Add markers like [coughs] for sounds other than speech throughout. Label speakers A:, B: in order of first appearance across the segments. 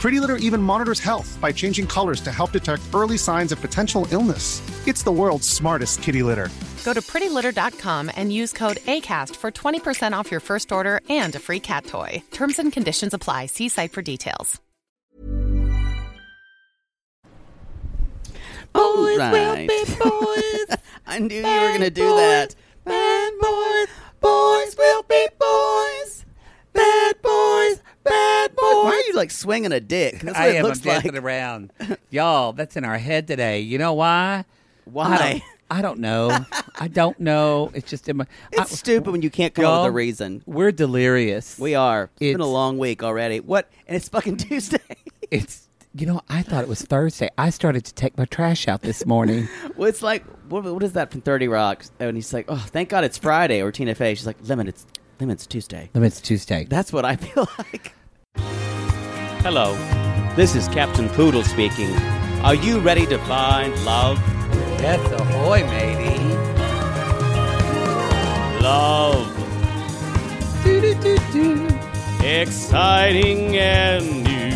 A: Pretty Litter even monitors health by changing colors to help detect early signs of potential illness. It's the world's smartest kitty litter.
B: Go to prettylitter.com and use code ACAST for 20% off your first order and a free cat toy. Terms and conditions apply. See site for details.
C: All
D: Boys will
C: right.
D: be boys.
C: [laughs] I knew you
D: Bad
C: were going to do
D: boys,
C: that.
D: Bad boys. Boys will be boys. Bad boys. Bad boys.
C: Why are you like swinging a dick? That's what
D: I
C: it
D: am I'm
C: looks like.
D: dancing around. Y'all, that's in our head today. You know why? I
C: Why?
D: don't, I don't know. I don't know. It's just in my. I-
C: It's stupid when you can't come up with
D: Y'all,
C: a reason.
D: We're delirious.
C: We are. it's been a
D: It's-
C: long week already. What? And it's fucking [laughs] Tuesday.
D: It's. You know, I thought it was Thursday. I started to take my trash out this
C: [laughs]
D: morning.
C: well, it's like what, what is that from Thirty Rock? And he's like, "Oh, thank God it's Friday." Or Tina Fey, she's like, "Lemon, it's lemon, it's Tuesday."
D: Let me- it's Tuesday.
C: That's what I [laughs] feel like.
E: Hello, this is Captain Poodle speaking. Are you ready to find love?
D: That's ahoy, matey.
E: Love. Exciting and new.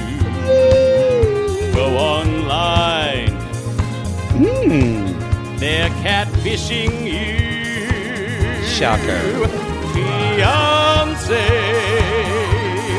E: Go online. They're catfishing you.
D: Shocker.
E: Fiance.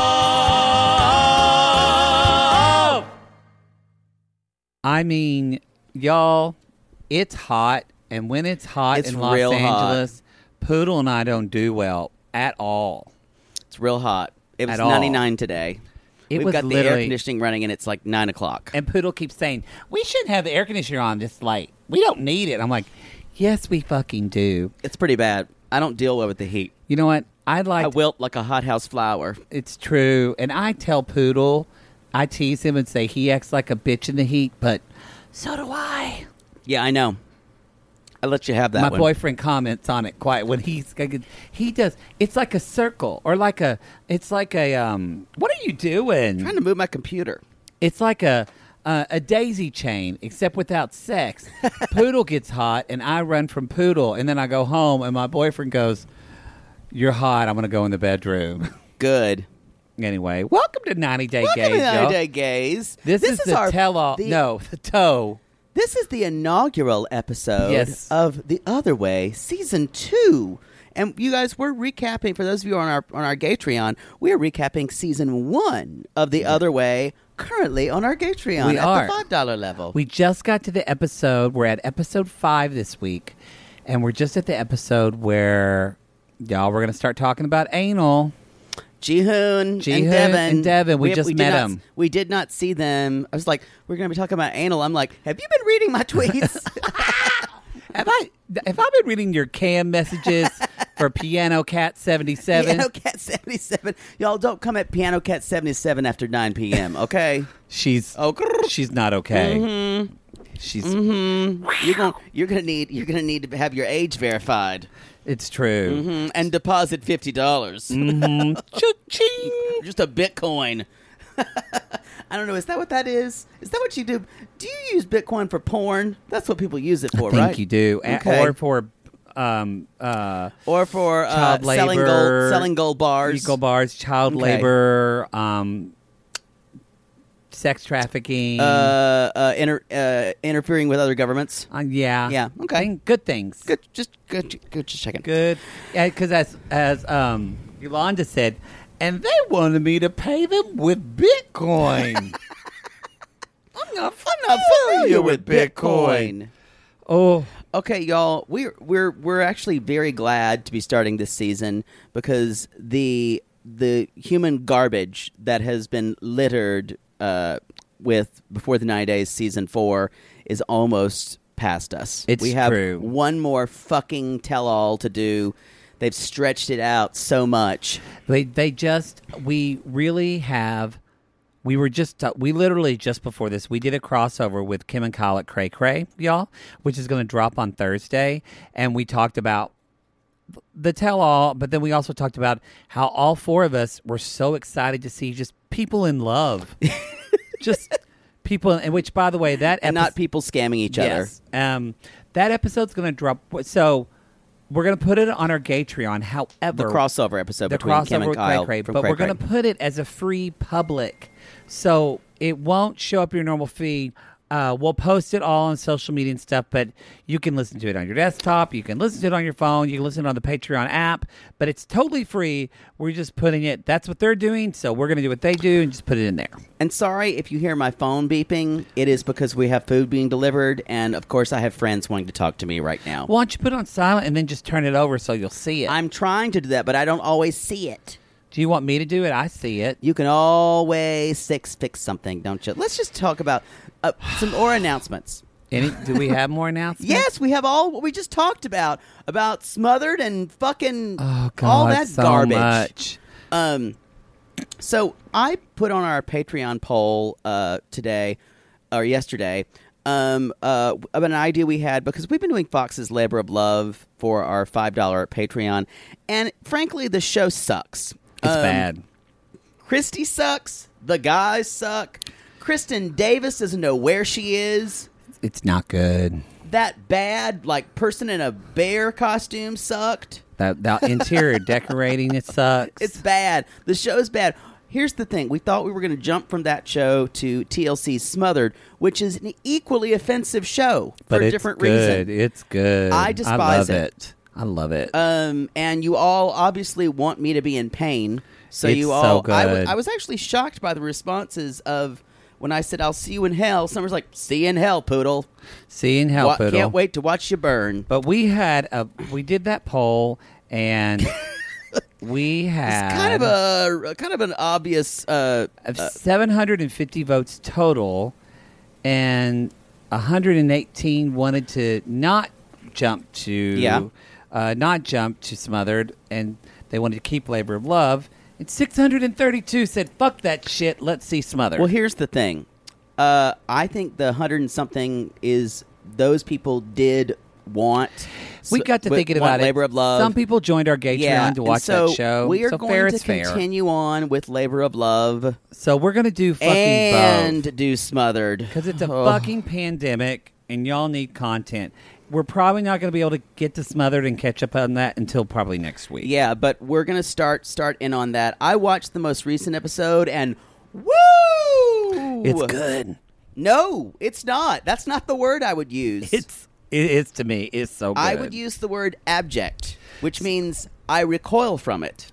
D: I mean, y'all, it's hot, and when it's hot
C: It's
D: in Los
C: real hot.
D: Angeles, Poodle and I don't do well at all.
C: It's real hot. It was
D: At all.
C: ninety nine today.
D: It
C: We've
D: was
C: got the air
D: literally-
C: conditioning running, and it's like nine o'clock.
D: And Poodle keeps saying, "We shouldn't have the air conditioner on this late. We don't need it." I'm like, "Yes, we fucking do."
C: It's pretty bad. I don't deal well with the heat.
D: You know what? I'd like.
C: I wilt like a hothouse flower.
D: It's true, and I tell Poodle, I tease him and say he acts like a bitch in the heat, but so do I.
C: Yeah, I know. I let you have that.
D: my
C: one.
D: boyfriend comments on it quite when he's he does it's like a circle or like a it's like a um what are you doing
C: trying to move my computer.
D: it's like a uh, a daisy chain except
C: [laughs]
D: without sex poodle gets hot and i run from poodle and then i go home and my boyfriend goes you're hot i'm gonna go in the bedroom
C: Good.
D: anyway welcome to 90 day
C: Welcome
D: gaze
C: to
D: y'all.
C: Day Gaze.
D: This, is, the tell-all
C: the-
D: no the toe
C: This is the inaugural episode
D: Yes.
C: of The Other Way, season two. And you guys, we're recapping for those of you on our on our Gatreon, we are recapping season one of The Other Way currently on our Gatreon
D: We
C: at
D: are.
C: the five dollar level.
D: We just got to the episode. We're at episode five this week, and we're just at the episode where y'all we're gonna start talking about anal.
C: Jihoon,
D: Jihoon
C: and Devin.
D: and Devin, we just met
C: did not-
D: them.
C: we did not see them. I was like, we're going to be talking about anal. I'm like, have you been reading my
D: [laughs]
C: tweets?
D: Have I have I been reading your cam
C: [laughs]
D: messages for Piano Cat seventy seven?
C: Piano Cat 77. Y'all don't come at Piano Cat 77 after 9 p.m.,
D: [laughs]
C: okay?
D: She's
C: Oh, [laughs] Mm-hmm. grrr.
D: she's not okay. She's
C: you're going you're going to need you're going to need to have your age verified
D: it's true.
C: Mm, and deposit $50. dollars
D: Mm-hmm.
C: [laughs] Just a Bitcoin. [laughs] I don't know. Is that what that is? Is that what you do? Do you use Bitcoin for porn? That's what people use it for,
D: I think
C: right?
D: you do, A-
C: Okay.
D: or for um uh
C: or for uh,
D: child labor,
C: selling gold, selling gold bars.
D: gold bars, child
C: Okay.
D: labor, um, sex trafficking.
C: uh, uh, inter- uh, interfering with other governments.
D: Uh, yeah.
C: Yeah, okay.
D: Thing- good things.
C: Good, just good, good, just checking.
D: Good. Yeah, because as as um, Yolanda
C: [laughs]
D: said, and they wanted me to pay them with Bitcoin.
C: I'm familiar with Bitcoin.
D: Oh,
C: Okay, y'all, we're we're we're actually very glad to be starting this season because the the human garbage that has been littered uh, with before the nine days season four is almost past us.
D: It's
C: we have
D: true.
C: one more fucking tell all to do. They've stretched it out so much.
D: they they just we really have. We were just uh, we literally just before this we did a crossover with Kim and Kyle at Cray Cray, y'all, which is going to drop on Thursday, and we talked about the tell all, but then we also talked about how all four of us were so excited to see just people in
C: [laughs]
D: love, just people, and which by the way that
C: And not
D: episode-
C: people scamming each other.
D: Yes. Um, that episode's going to drop. So we're going to put it on our Gatreon. E However,
C: The crossover episode
D: the
C: between Kim
D: crossover
C: and
D: with
C: Kyle.
D: Cray Cray,
C: from
D: but
C: Cray
D: we're going
C: Cray.
D: to put it as a free public, so it won't show up your normal feed. Uh, we'll post it all on social media and stuff, but you can listen to it on your desktop. You can listen to it on your phone. You can listen on the Patreon app, but it's totally free. We're just putting it. That's what they're doing, so we're going to do what they do and just put it in there.
C: And sorry if you hear my phone beeping. It is because we have food being delivered, and of course, I have friends wanting to talk to me right now.
D: Why don't you put it on silent and then just turn it over so you'll see it?
C: I'm trying to do that, but I don't always see it.
D: Do you want me to do it? I see it.
C: You can always six fix something, don't you? Let's just talk about uh, some
D: [sighs]
C: more announcements.
D: Any, do we
C: [laughs]
D: have more announcements?
C: Yes, we have all what we just talked about about smothered and fucking
D: Oh God,
C: all that
D: so
C: garbage.
D: much.
C: Um, so I put on our Patreon poll uh, today or yesterday um, uh, of an idea we had because we've been doing Fox's Labor of Love for our five dollar Patreon, and frankly, the show sucks.
D: It's
C: Um,
D: bad.
C: Christy sucks. The guys suck. Kristen Davis doesn't know where she is.
D: It's not good.
C: That bad like person in a bear costume sucked.
D: That,
C: [laughs]
D: that interior decorating it sucks.
C: It's bad. The show is bad. Here's the thing. We thought we were going to jump from that show to TLC's Smothered, which is an equally offensive show for
D: but
C: a
D: it's
C: different
D: good.
C: reason.
D: It's good.
C: I despise
D: love
C: it.
D: it. I love it.
C: Um, and you all obviously want me to be in pain. So
D: It's
C: you
D: so
C: all, I, w-
D: good.
C: I was actually shocked by the responses of when I said, I'll see you in hell. Someone's like, see you in hell, poodle.
D: Seeing how
C: Wa-
D: poodle.
C: Can't wait to watch you burn.
D: But we had a we did that poll
C: [laughs]
D: and we had
C: It's kind of a kind of an obvious. Uh,
D: of 750 votes total, and 118 wanted to not jump to
C: Yeah.
D: uh, not jump to smothered, and they wanted to keep labor of love. And 632 said, "Fuck that shit. Let's see smothered."
C: well, here's the thing. Uh, I think the hundred and something is those people did want.
D: we got to
C: wa-
D: thinking
C: want
D: about it.
C: labor of love.
D: Some people joined our Gatreon
C: yeah,
D: to
C: and
D: watch
C: so
D: that show.
C: We are
D: so
C: going
D: fair
C: to
D: is fair.
C: continue on with labor of love
D: So we're gonna do fucking both.
C: and do smothered
D: Because it's a
C: Oh.
D: fucking pandemic and y'all need content. We're probably not going to be able to get to Smothered and catch up on that until probably next week.
C: Yeah, but we're gonna start start in on that. I watched the most recent episode and woo,
D: It's good.
C: No, it's not. That's not the word I would use.
D: It's, it is to me. It's so good.
C: I would use the word abject, which means I recoil from it.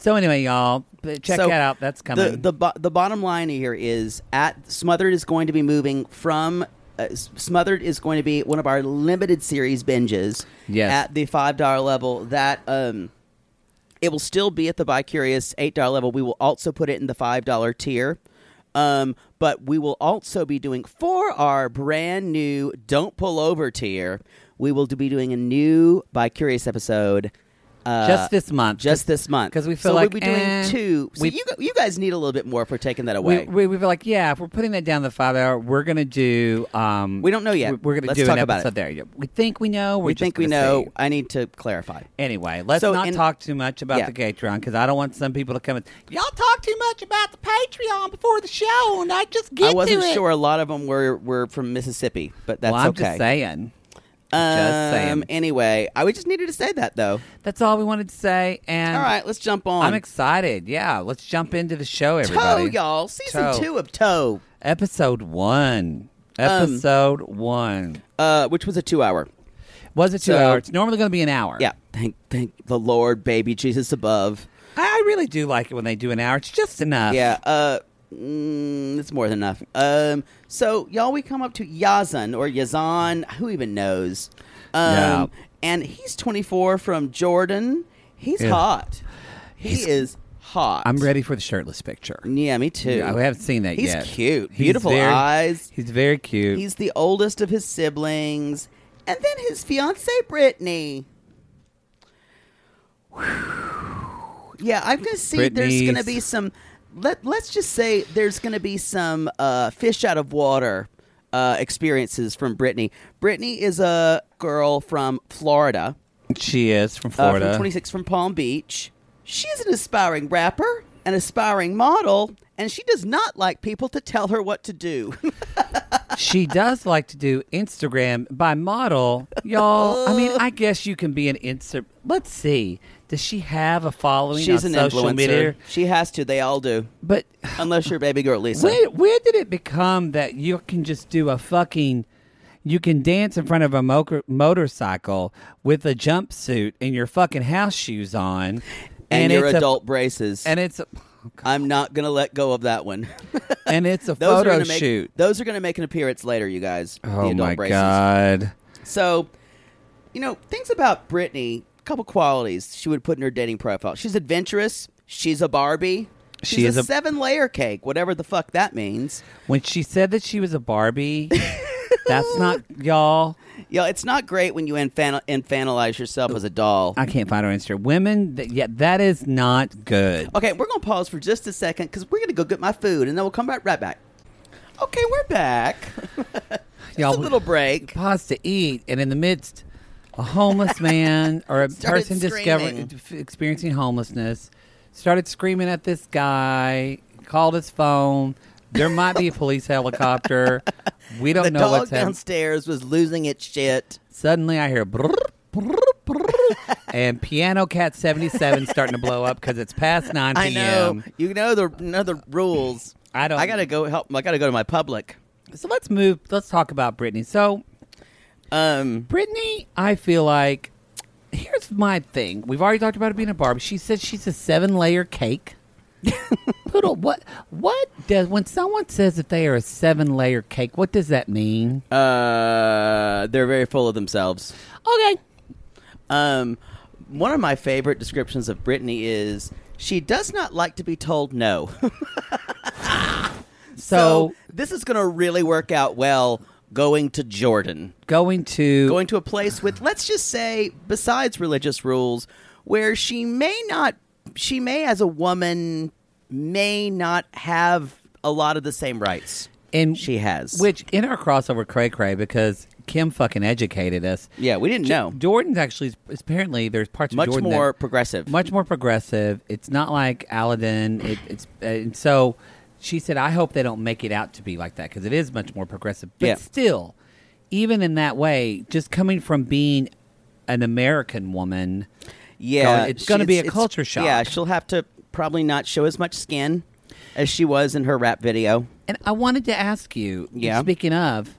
D: So anyway, y'all, but check
C: So
D: that out. That's coming.
C: The, the, bo- the bottom line here is at Smothered is going to be moving from. Uh, S- Smothered is going to be one of our limited series binges
D: Yes.
C: at the $5 level. That. um it will still be at the Vicurious eight dollar level. We will also put it in the five dollar tier. Um, but we will also be doing for our brand new Don't Pull Over tier, we will be doing a new Vicurious episode. Uh,
D: Just this month.
C: Just this month.
D: 'Cause we feel
C: so
D: like,
C: we'll be doing
D: eh,
C: two. So
D: we-
C: you, gu- you guys need a little bit more if we're taking that
D: we,
C: away.
D: we, we were like, yeah, if we're putting that down the five hour, we're going to do. Um,
C: We don't know yet.
D: we- We're going to
C: Let's
D: do
C: talk
D: an
C: about it.
D: episode there. Yeah, We think we know. We're
C: We
D: just
C: think we
D: gonna
C: know.
D: see.
C: I need to clarify.
D: Anyway, let's
C: So
D: not
C: in-
D: talk too much about
C: Yeah.
D: the Patreon because I don't want some people to come and y'all talk too much about the Patreon before the show, and I just get
C: I wasn't
D: to it.
C: sure a lot of them were, were from Mississippi, but that's
D: well, I'm
C: okay.
D: just saying.
C: Um,
D: just saying.
C: anyway, I just needed to say that though.
D: That's all we wanted to say. And
C: All right, let's jump on.
D: I'm excited. Yeah, let's jump into the show,
C: Toe,
D: everybody.
C: y'all. Season
D: Toe.
C: two of Toe,
D: Episode one.
C: Um,
D: Episode one.
C: uh, which was a two hour.
D: Was it two
C: so-
D: hours? It's normally going to be an hour.
C: Yeah, thank thank the Lord, baby Jesus above.
D: I, I really do like it when they do an hour. It's just enough.
C: Yeah, uh, Mm, it's more than enough. Um, so y'all, we come up to Yazan or Yazan, who even knows? Um,
D: Yeah.
C: And he's 24 from Jordan. He's
D: Yeah.
C: hot. He is hot.
D: I'm ready for the shirtless picture.
C: Yeah, me too.
D: Yeah, we haven't seen that
C: he's
D: yet.
C: cute. Beautiful
D: very-
C: eyes.
D: He's very cute.
C: He's the oldest of his siblings, and then his fiancee Brittany. Whew. Yeah, I'm gonna see. There's
D: Brittany's-
C: gonna be some. Let Let's just say there's gonna be some uh, fish out of water uh, experiences from Brittany. Brittany is a girl from Florida,
D: she is from
C: uh,
D: Florida.
C: from 26 from Palm Beach. She's an aspiring rapper, an aspiring model, and she does not like people to tell her what to do. [laughs]
D: she does like to do Instagram by model, y'all. I mean,
C: [laughs]
D: I guess you can be an Insta. Let's see. Does she have a following
C: She's
D: on
C: an
D: social
C: influencer.
D: media?
C: She has to. They all do.
D: But
C: Unless you're baby girl Lisa.
D: where, where did it become that you can just do a fucking you can dance in front of a mo- motorcycle with a jumpsuit and your fucking house shoes on
C: and, your
D: it's a-
C: adult braces.
D: and it's a,
C: I'm not gonna let go of that one. [laughs]
D: and it's a
C: those are
D: photo
C: gonna make,
D: shoot
C: Those are gonna make an appearance later, you guys. the
D: oh
C: adult
D: my
C: braces.
D: god
C: So, you know, things about Brittany, a couple qualities she would put in her dating profile. She's adventurous. She's a Barbie. She's
D: She is
C: a,
D: a-
C: seven layer cake, whatever the fuck that means.
D: when she said that she was a barbie that's not y'all
C: You know, it's not great when you infan- infantilize yourself as a doll.
D: i can't find her instagram women that, yeah that is not good
C: Okay, we're gonna pause for just a second because we're gonna go get my food, and then we'll come back right back. Okay, we're back. [laughs]
D: y'all
C: a little break.
D: pause to eat, and in the midst, a homeless man or a
C: Started
D: person
C: screaming.
D: discovering f- experiencing homelessness started screaming at this guy. Called his phone. There might be a police helicopter. We don't
C: The
D: know
C: dog
D: what's happening.
C: downstairs was losing its shit.
D: Suddenly, I hear brrr, brrr, brrr, and Piano Cat seventy seven starting to blow up because it's past nine p.m.
C: I know. You know the know the rules.
D: I don't-
C: I gotta go help. I gotta go to my public.
D: So let's move. Let's talk about Brittany. So
C: Um.
D: Brittany, I feel like here's my thing. We've already talked about it being a Barbie. She said she's a seven layer cake.
C: [laughs]
D: Poodle, what what does when someone says that they are a seven layer cake, what does that mean?
C: Uh. They're very full of themselves.
D: Okay.
C: Um. One of my favorite descriptions of Brittany is she does not like to be told no. [laughs]
D: So,
C: this is gonna really work out well going to Jordan.
D: going to
C: going to a place with let's just say besides religious rules where she may not she may as a woman may not have a lot of the same rights
D: and
C: she has
D: which in our crossover cray cray because Kim fucking educated us.
C: yeah we didn't know
D: Jordan's actually is apparently there's parts
C: much
D: of Jordan
C: more
D: that,
C: progressive
D: much more progressive. It's not like Aladdin. It, it's and so she said, I hope they don't make it out to be like that because it is much more progressive. But
C: Yeah.
D: still, even in that way, just coming from being an American woman,
C: yeah
D: going- it's gonna be a culture
C: shock
D: shock.
C: yeah she'll have to probably not show as much skin as she was in her rap video
D: and I wanted to ask you.
C: Yeah.
D: Speaking of,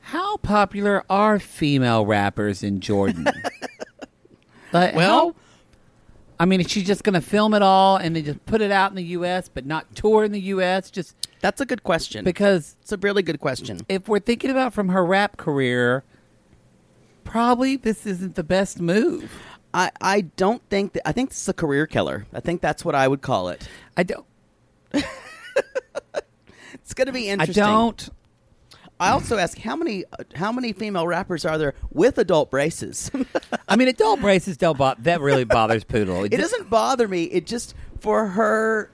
D: how popular are female rappers
C: [laughs]
D: in Jordan? Like,
C: Well-
D: how- I mean, is she just going to film it all and then just put it out in the U.S. but not tour in the U.S.? Just
C: that's a good question
D: because
C: it's a really good question
D: if we're thinking about from her rap career, probably this isn't the best move.
C: i i don't think that, i think this is a career killer i think that's what i would call it
D: I don't.
C: it's gonna be
D: I
C: interesting
D: don't.
C: I also ask how many how many female rappers are there with adult braces? [laughs]
D: I mean, adult braces don't bother. That really bothers Poodle.
C: it doesn't bother me. It just for her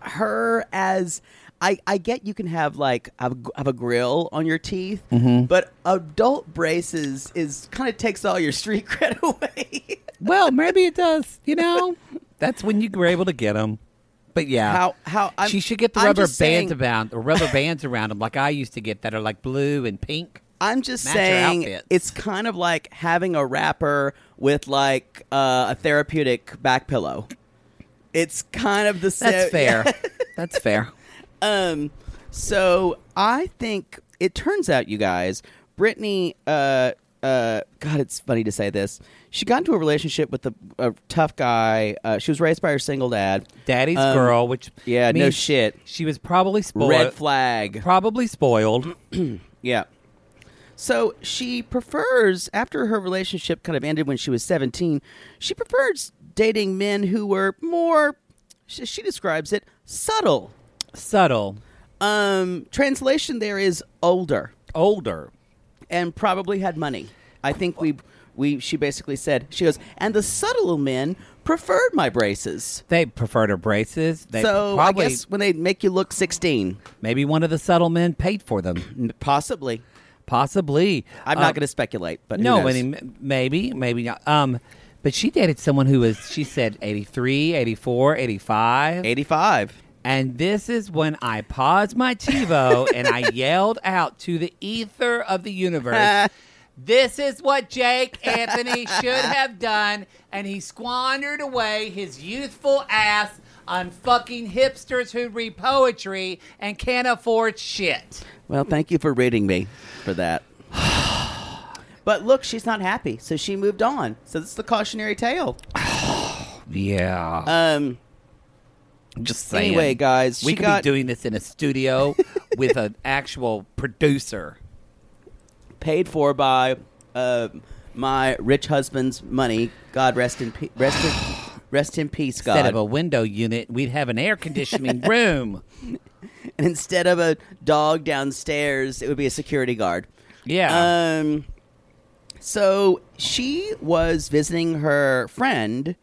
C: her as I, I get you can have like have a, have a grill on your teeth,
D: Mm-hmm.
C: but adult braces is kind of takes all your street [laughs] cred away.
D: Well, maybe it does. You know, that's when you were able to get them. But yeah,
C: How- how- I'm-
D: she should get the
C: I'm
D: rubber
C: just saying-
D: bands around or rubber bands around them, like I used to get that are like blue and pink.
C: I'm just
D: Match your
C: saying
D: outfits.
C: it's kind of like having a rapper with like uh, a therapeutic back pillow. It's kind of the same.
D: That's fair. That's fair.
C: Um, so I think it turns out, you guys, Brittany uh, uh, God, it's funny to say this. She got into a relationship with a, a tough guy. Uh, she was raised by her single dad.
D: Daddy's
C: Um,
D: girl, which
C: yeah, no
D: means
C: shit.
D: She was probably spoiled.
C: Red flag.
D: Probably spoiled.
C: Yeah. So she prefers, after her relationship kind of ended when she was 17, she prefers dating men who were more, she, she describes it, subtle.
D: Subtle.
C: Um, translation there is older
D: Older.
C: and probably had money. I think we, we, she basically said, she goes, and the subtle men preferred my braces.
D: They preferred her braces. They
C: so
D: probably
C: I guess when they make you look 16,
D: maybe one of the subtle men paid for them.
C: possibly.
D: Possibly.
C: I'm
D: Uh,
C: not going to speculate, but who
D: no,
C: knows?
D: I mean, m- maybe, maybe not. Um, but she dated someone who was, she said, 83, 84, 85.
C: 85.
D: And this is when I paused my TiVo and I [laughs] yelled out to the ether of the universe. This is what Jake Anthony should have done, and he squandered away his youthful ass on fucking hipsters who read poetry and can't afford shit.
C: Well, thank you for rating me for
D: [sighs]
C: that. but look, she's not happy, so she moved on. So this is the cautionary tale.
D: Yeah.
C: Um,
D: just
C: saying. anyway, guys,
D: we
C: she
D: could
C: got-
D: be doing this in
C: [laughs]
D: a studio with an actual producer.
C: paid for by uh, my rich husband's money. God rest in peace. Rest in, rest in peace, God.
D: Instead of a window unit, we'd have an air conditioning room.
C: and instead of a dog downstairs, it would be a security guard.
D: Yeah.
C: Um, so she was visiting her friend,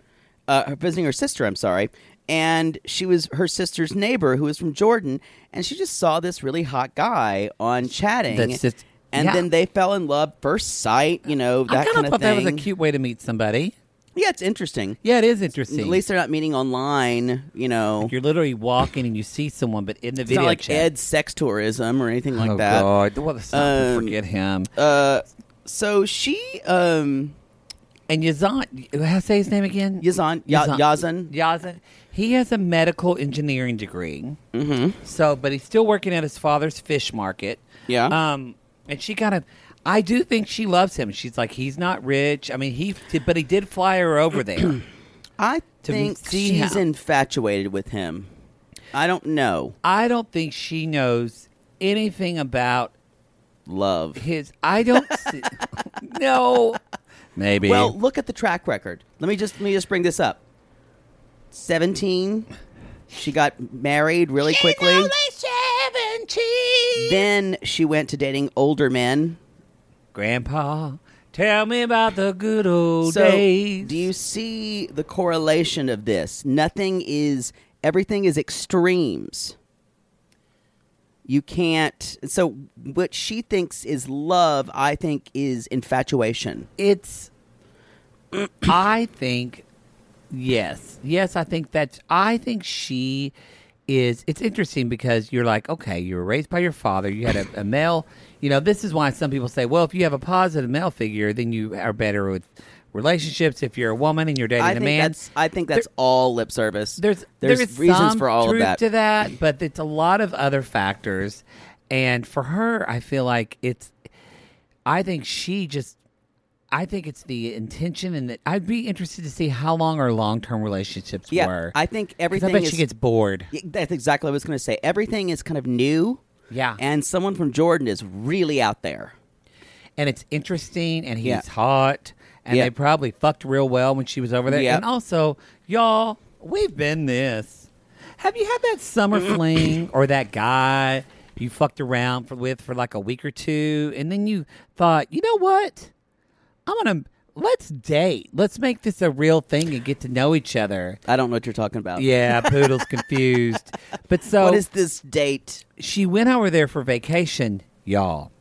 C: uh, visiting her sister. I'm sorry, and she was her sister's neighbor who was from Jordan, and she just saw this really hot guy on chatting.
D: That's just-
C: and
D: yeah.
C: then they fell in love first sight. You know that
D: I kind of
C: of
D: thought
C: thing.
D: that was a cute way to meet somebody.
C: Yeah, it's interesting.
D: Yeah, it is interesting.
C: At least they're not meeting online. You know,
D: you're literally walking and you see someone, but in the
C: it's
D: video
C: not like
D: chat.
C: Ed's sex tourism or anything like
D: oh
C: that.
D: God! Well, let's not
C: Um,
D: forget him.
C: Uh, so she um.
D: and Yazan, how say his name again?
C: Yazan- Ya- Yazan.
D: Yazan. He has a medical engineering degree. Mm-hmm. So, but he's still working at his father's fish market.
C: Yeah.
D: Um, and she kind of, I do think she loves him. She's like, he's not rich. I mean, he, did, but he did fly her
C: [clears throat]
D: over there.
C: I
D: to
C: think
D: see
C: she's
D: him.
C: infatuated with him. I don't know.
D: I don't think she knows anything about
C: Love.
D: his. I don't. see, [laughs] no. Maybe.
C: Well, look at the track record. Let me just let me just bring this up. Seventeen, she got married really quickly. Then she went to dating older men.
D: Grandpa, tell me about the good old
C: so,
D: days.
C: do you see the correlation of this? Nothing is everything is extremes. You can't. So, what she thinks is love, I think, is infatuation.
D: it's. [clears throat] I think, yes, yes. I think that's. I think she is. It's interesting because you're like, okay, you were raised by your father. You had a, a male. You know, this is why some people say, well, if you have a positive male figure, then you are better with relationships. If you're a woman and you're dating
C: I
D: a
C: think
D: man,
C: that's I think that's all lip service.
D: there's
C: there's
D: there is
C: reasons
D: some
C: for all
D: truth
C: of that.
D: to that, but it's a lot of other factors. And for her, I feel like it's. I think she just. I think it's the intention, and that I'd be interested to see how long our long-term relationships
C: Yeah,
D: were.
C: I think
D: 'Cause
C: everything
D: I bet
C: is-
D: she gets bored.
C: Yeah, That's exactly what I was going to say. Everything is kind of new.
D: Yeah.
C: And someone from Jordan is really out there.
D: and it's interesting and he's
C: Yeah.
D: hot and
C: Yeah.
D: they probably fucked real well when she was over there
C: Yeah.
D: and also y'all we've been this have you had
C: [clears throat]
D: that summer fling or that guy you fucked around for, with for like a week or two and then you thought you know what i'm gonna let's date let's make this a real thing and get to know each
C: [laughs]
D: other
C: I don't know what you're talking about.
D: yeah poodle's confused but so
C: What is this date?
D: she went over there for vacation, y'all.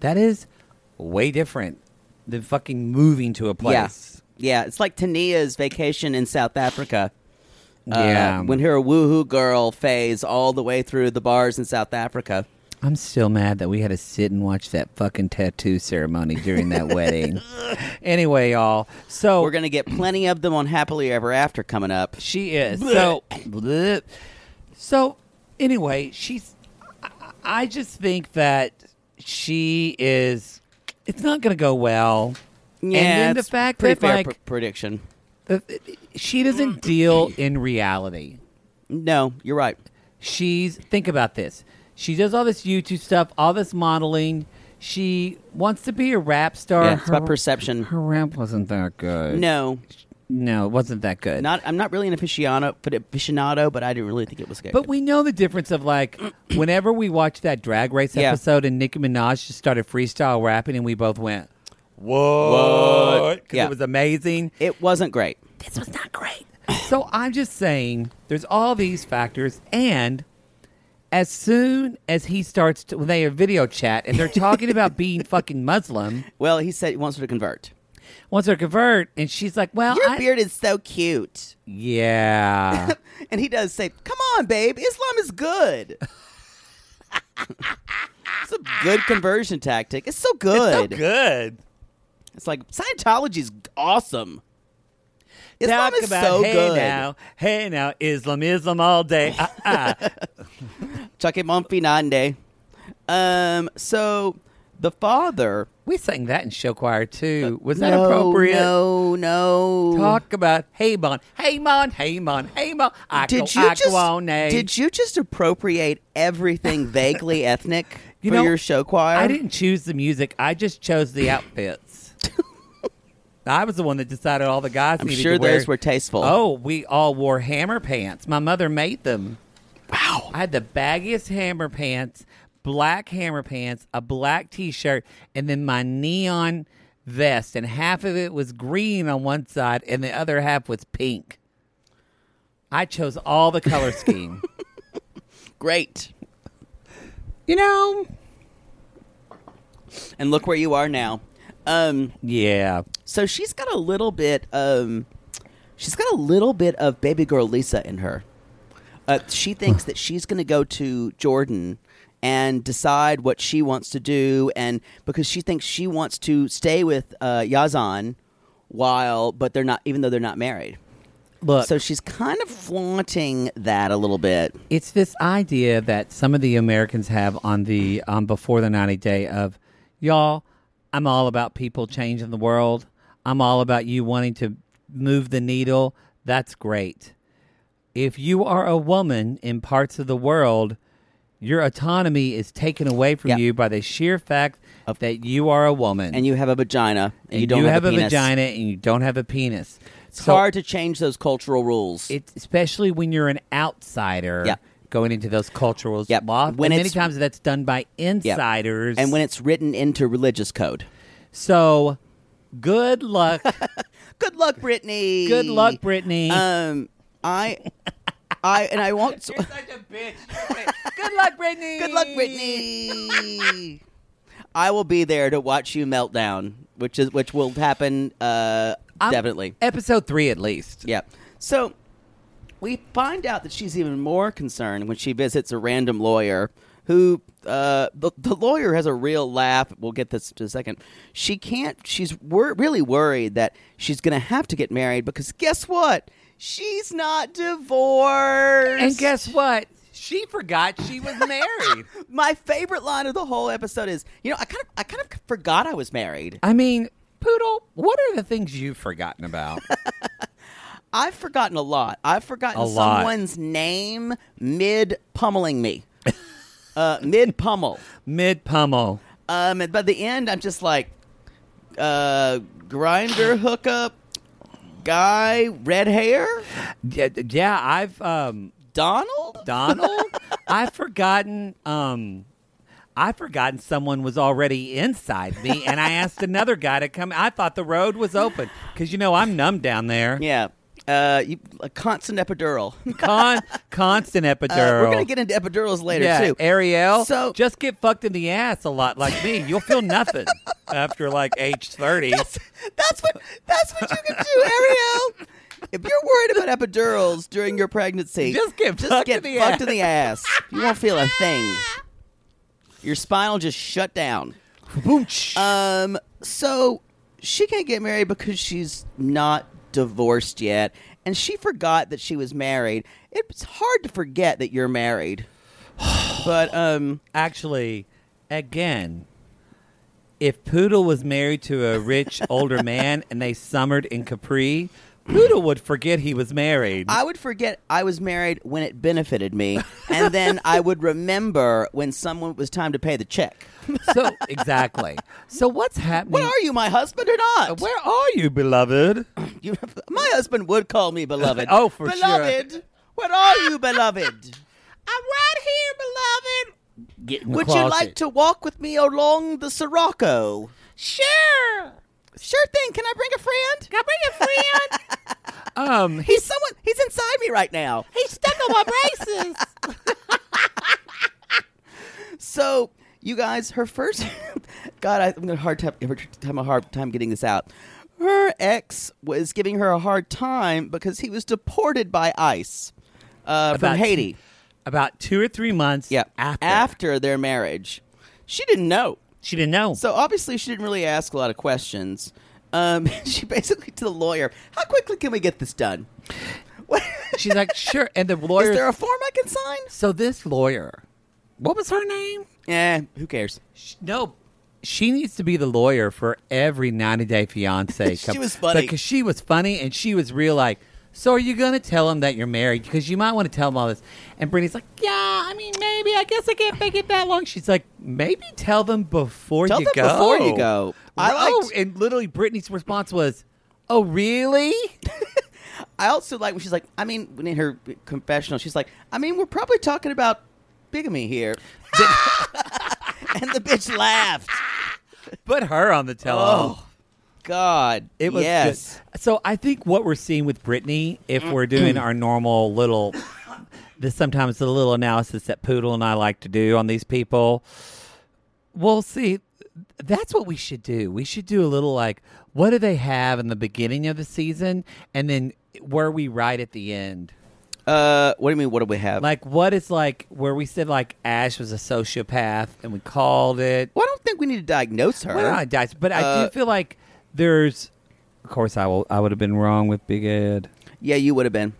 D: That is way different than fucking moving to a place.
C: Yeah. Yeah, it's like Tania's vacation in South Africa. Uh,
D: Yeah.
C: When her woohoo girl phase all the way through the bars in South Africa.
D: I'm still mad that we had to sit and watch that fucking tattoo ceremony
C: [laughs]
D: during that wedding. Anyway, y'all. So
C: We're going to get plenty of them on Happily Ever After coming up.
D: She is. So, bleh. so anyway, she's. I- I just think that she is it's not going to go well.
C: Yeah,
D: and then the
C: it's
D: fact
C: pretty
D: that
C: fair
D: like
C: pr- prediction.
D: the, Uh, she
C: Mm.
D: doesn't deal in reality.
C: No, you're right.
D: She's think about this. She does all this YouTube stuff, all this modeling. She wants to be a rap star.
C: Yeah, it's about
D: Her-
C: perception.
D: Her rap wasn't that good.
C: No,
D: no, it wasn't that good.
C: not. I'm not really an aficionado, but aficionado. But I didn't really think it was good.
D: But we know the difference of like [clears throat] whenever we watched that drag race
C: Yeah.
D: episode and Nicki Minaj just started freestyle rapping and we both went, "What?" Because
C: Yeah.
D: it was amazing.
C: it wasn't great.
D: This was not great. so I'm just saying, there's all these factors, and as soon as he starts to, when they are video chat and they're talking [laughs] about being fucking Muslim,
C: Well, he said he wants her to convert.
D: wants her to convert, and she's like, "Well,
C: Your
D: I-
C: beard is so cute.
D: yeah."
C: And he does say, Come on, babe, Islam is
D: [laughs]
C: good. it's a good conversion tactic. It's so [laughs] good. It's,
D: good.
C: like Scientology's awesome. Islam
D: Talk
C: is
D: about
C: so
D: hey
C: good.
D: now, hey now, Islam, Islam all day. Ah, ah.
C: Chuck it Monfinande. Um, so the father
D: [laughs] We sang that in show choir too. Was that
C: No,
D: appropriate?
C: No, no.
D: Talk about hey mon, hey mon, hey mon, hey mon. I
C: did
D: go,
C: you
D: I
C: just
D: go on, eh?
C: did you just appropriate everything
D: [laughs]
C: vaguely ethnic
D: You
C: for
D: know,
C: your show choir?
D: I didn't choose the music. I just chose
C: [laughs]
D: the outfits. I was the one that decided all the guys.
C: I'm
D: needed
C: sure
D: to wear-
C: those were tasteful.
D: Oh, we all wore hammer pants. My mother made them. Wow. I had the baggiest hammer pants, black hammer pants, a black t shirt, and then my neon vest. And half of it was green on one side, and the other half was pink. I chose all the
C: [laughs]
D: color scheme.
C: Great.
D: you know?
C: And look where you are now. Um
D: Yeah.
C: So she's got a little bit. Um, she's got a little bit of baby girl Lisa in her. Uh, she thinks that she's going to go to Jordan and decide what she wants to do, and because she thinks she wants to stay with uh, Yazan, while but they're not, even though they're not married.
D: Look,
C: So she's kind of flaunting that a little bit.
D: it's this idea that some of the Americans have on the um, before the 90 day of y'all, I'm all about people changing the world. I'm all about you wanting to move the needle. That's great. If you are a woman in parts of the world, your autonomy is taken away from
C: Yeah.
D: you by the sheer fact that you are a woman
C: And you have a vagina, and,
D: And
C: you don't have,
D: a,
C: penis.
D: vagina and you don't have a penis.
C: It's hard to change those cultural rules.
D: It's especially when you're an outsider
C: Yeah.
D: going into those cultural
C: Yep.
D: loft.
C: When
D: and many
C: it's-
D: times that's done by
C: Yeah.
D: insiders.
C: and when it's written into religious code.
D: so
C: [laughs]
D: good luck.
C: Good luck, Brittany.
D: good luck, Brittany.
C: Um, I, I, and I won't.
D: good luck,
C: [laughs]
D: Brittany.
C: Good luck, Brittany. I will be there to watch you melt down, which is which will happen uh,
D: I'm-
C: definitely.
D: Episode three at least.
C: Yeah. So we find out that she's even more concerned when she visits a random lawyer who uh, the, the lawyer has a real laugh. We'll get this in a second. She can't, she's wor- really worried that she's going to have to get married because guess what? She's not divorced.
D: And guess what? She forgot she was
C: [laughs]
D: married.
C: my favorite line of the whole episode is, you know, I kind of I kind of forgot I was married.
D: I mean, Poodle, what are the things you've
C: [laughs]
D: forgotten about?
C: I've forgotten a lot. I've forgotten
D: A lot.
C: someone's name mid pummeling me.
D: [laughs]
C: uh, mid pummel.
D: Mid pummel.
C: Um, and by the end, I'm just like, uh, grinder hookup guy, red hair,
D: Yeah, yeah, I've um,
C: Donald.
D: Donald? I've forgotten um I've forgotten someone was already inside me and I asked another guy to come. I thought the road was open cuz you know I'm numb down there.
C: yeah. Uh, you, a constant epidural. [laughs]
D: Con- constant
C: Uh,
D: epidural.
C: we're gonna get into epidurals later
D: yeah,
C: too.
D: Ariel.
C: So
D: just get fucked in the ass a lot like me. You'll feel nothing after like age
C: [laughs]
D: 30.
C: That's what that's what you can do, Ariel. If you're worried about epidurals during your pregnancy,
D: Just get fucked
C: get
D: in the
C: fucked
D: ass.
C: in the ass. You won't feel a thing. Your spine will just shut down.
D: Booch.
C: Um, so she can't get married because she's not divorced yet, and she forgot that she was married. It's hard to forget that you're married, [sighs] but um,
D: Actually, again, if Poodle was married to a rich older man and they summered in Capri, Poodle would forget he was married.
C: I would forget I was married when it benefited me, and then I would remember when someone it was time to pay the check.
D: so exactly. So what's happening?
C: What are you, my husband or not?
D: Where are you, [clears throat] beloved?
C: You- my husband would call me [laughs] beloved.
D: Oh, for sure.
C: beloved, Beloved, where are you, beloved? [laughs] I'm right here, beloved.
D: Get in the
C: Would you
D: closet.
C: like to walk with me along the Sirocco? Sure. Sure thing. Can I bring a friend? Can I bring a friend?
D: Um,
C: he's someone. He's inside me right now. He's stuck on my braces. [laughs] so, you guys, her first. [laughs] God, I- I'm gonna hard time. Every time a hard time getting this out. Her ex was giving her a hard time because he was deported by ICE uh, from
D: About-
C: Haiti.
D: about two or three months.
C: Yeah,
D: After.
C: after their marriage, she didn't know.
D: she didn't know.
C: So obviously, she didn't really ask a lot of questions. Um, [laughs] she basically to the lawyer, "How quickly can we get this done? What, [laughs] is
D: She's like, sure. And the lawyer.
C: there a form I can sign?"
D: so this lawyer, what was her name?
C: Eh, who cares?
D: Sh- No, she needs to be the lawyer for every 90 Day Fiance.
C: [laughs] She
D: couple-
C: was funny.
D: Because she was funny and she was real like, so are you going to tell him that you're married? Because you might want to tell him all this. And Brittany's like, yeah, I mean, maybe. I guess I can't make it that long. She's like, maybe tell them before
C: Tell
D: you
C: them
D: go.
C: before you go. I
D: oh,
C: liked-
D: and literally Brittany's response was, oh, really? [laughs]
C: I also like when she's like, I mean, when in her confessional, she's like, I mean, we're probably talking about bigamy here, [laughs] and the bitch laughed.
D: Put her on the
C: Oh.
D: telephone.
C: God,
D: It was
C: yes.
D: good. So I think what we're seeing with Brittany, if we're doing our normal little, the sometimes the little analysis that Poodle and I like to do on these people, we'll see. That's what we should do. We should do a little like, what do they have in the beginning of the season, and then where we right at the end.
C: Uh, what do you mean? What do we have?
D: Like, what is like where we said like Ash was a sociopath, and we called it.
C: well, I don't think we need to diagnose her.
D: Well, I dice, but I
C: Uh,
D: do feel like there's. Of course, I will. I would have been wrong with Big Ed.
C: yeah, you would have been.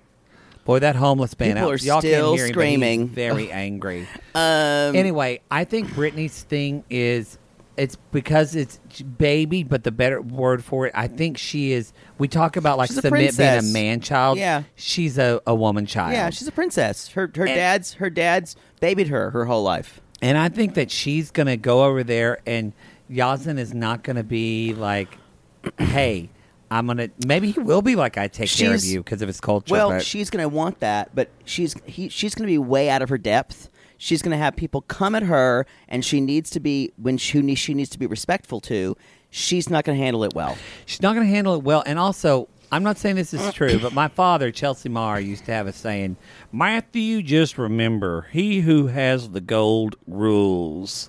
D: Boy, that homeless man.
C: People
D: out-
C: are
D: y'all can't
C: still
D: hear him, but he's
C: screaming.
D: very angry.
C: [laughs] Um,
D: anyway, I think Britney's thing is it's because it's baby, but the better word for it, I think she is. We talk about like
C: She's a
D: submit being a
C: princess.
D: man child.
C: Yeah.
D: she's a, a woman child.
C: Yeah, she's a princess. Her her dad's her dad's babied her her whole life.
D: and I think that she's gonna go over there, and Yasin is not gonna be like, [clears throat] hey. I'm gonna. Maybe he will be like I take care of
C: She's-
D: you because of his culture.
C: Well,
D: but-
C: she's going to want that, but she's he, she's going to be way out of her depth. She's going to have people come at her, and she needs to be when she, who ne- she needs to be respectful to. She's not going to handle it well.
D: She's not going to handle it well. And also, I'm not saying this is true, but my father, Chelsea Marr, used to have a saying Matthew, just remember, he who has the gold rules.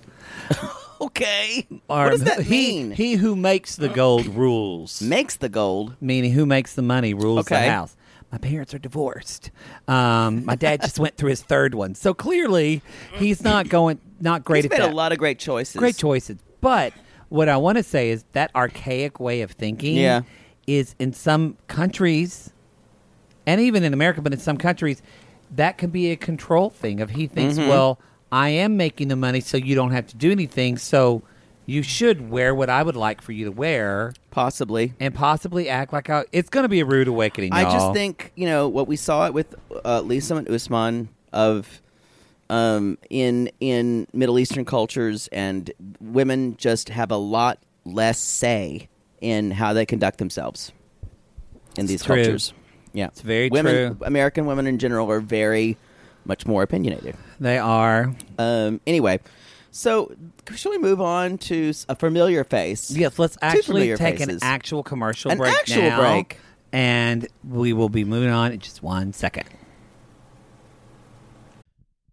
C: Okay,
D: Or
C: what does that
D: he,
C: mean?
D: He who makes the gold rules.
C: makes the gold.
D: Meaning, who makes the money rules
C: Okay.
D: the house. My parents are divorced. Um, my dad just went through his third one. So clearly, he's not going, not great
C: He's
D: at
C: made
D: that.
C: a lot of great choices.
D: Great choices. But what I want to say is that archaic way of thinking
C: Yeah.
D: is in some countries, and even in America, but in some countries, that can be a control thing. Of he thinks,
C: Mm-hmm.
D: well, I am making the money, so you don't have to do anything. So you should wear what I would like for you to wear,
C: possibly.
D: and possibly act like I. It's going to be a rude awakening.
C: I just
D: y'all.
C: think you know what we saw it with uh, Lisa and Usman of um, in in Middle Eastern cultures, and women just have a lot less say in how they conduct themselves in these
D: true.
C: cultures. Yeah, it's
D: very
C: women,
D: true.
C: American women in general are very much more opinionated.
D: they are.
C: Um, anyway, so should we move on to s- a familiar face?
D: Yes, let's
C: Two
D: actually
C: familiar
D: take an
C: faces.
D: actual commercial
C: An
D: break
C: actual
D: now,
C: break.
D: and we will be moving on in just one second.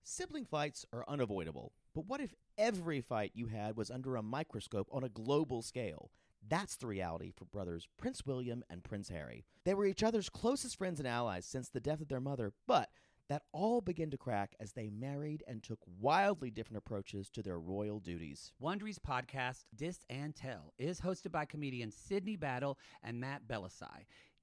F: Sibling fights are unavoidable, but what if every fight you had was under a microscope on a global scale? That's the reality for brothers Prince William and Prince Harry. They were each other's closest friends and allies since the death of their mother, but that all began to crack as they married and took wildly different approaches to their royal duties.
D: Wondery's podcast, Dis and Tell, is hosted by comedians Sydney Battle and Matt Belisai.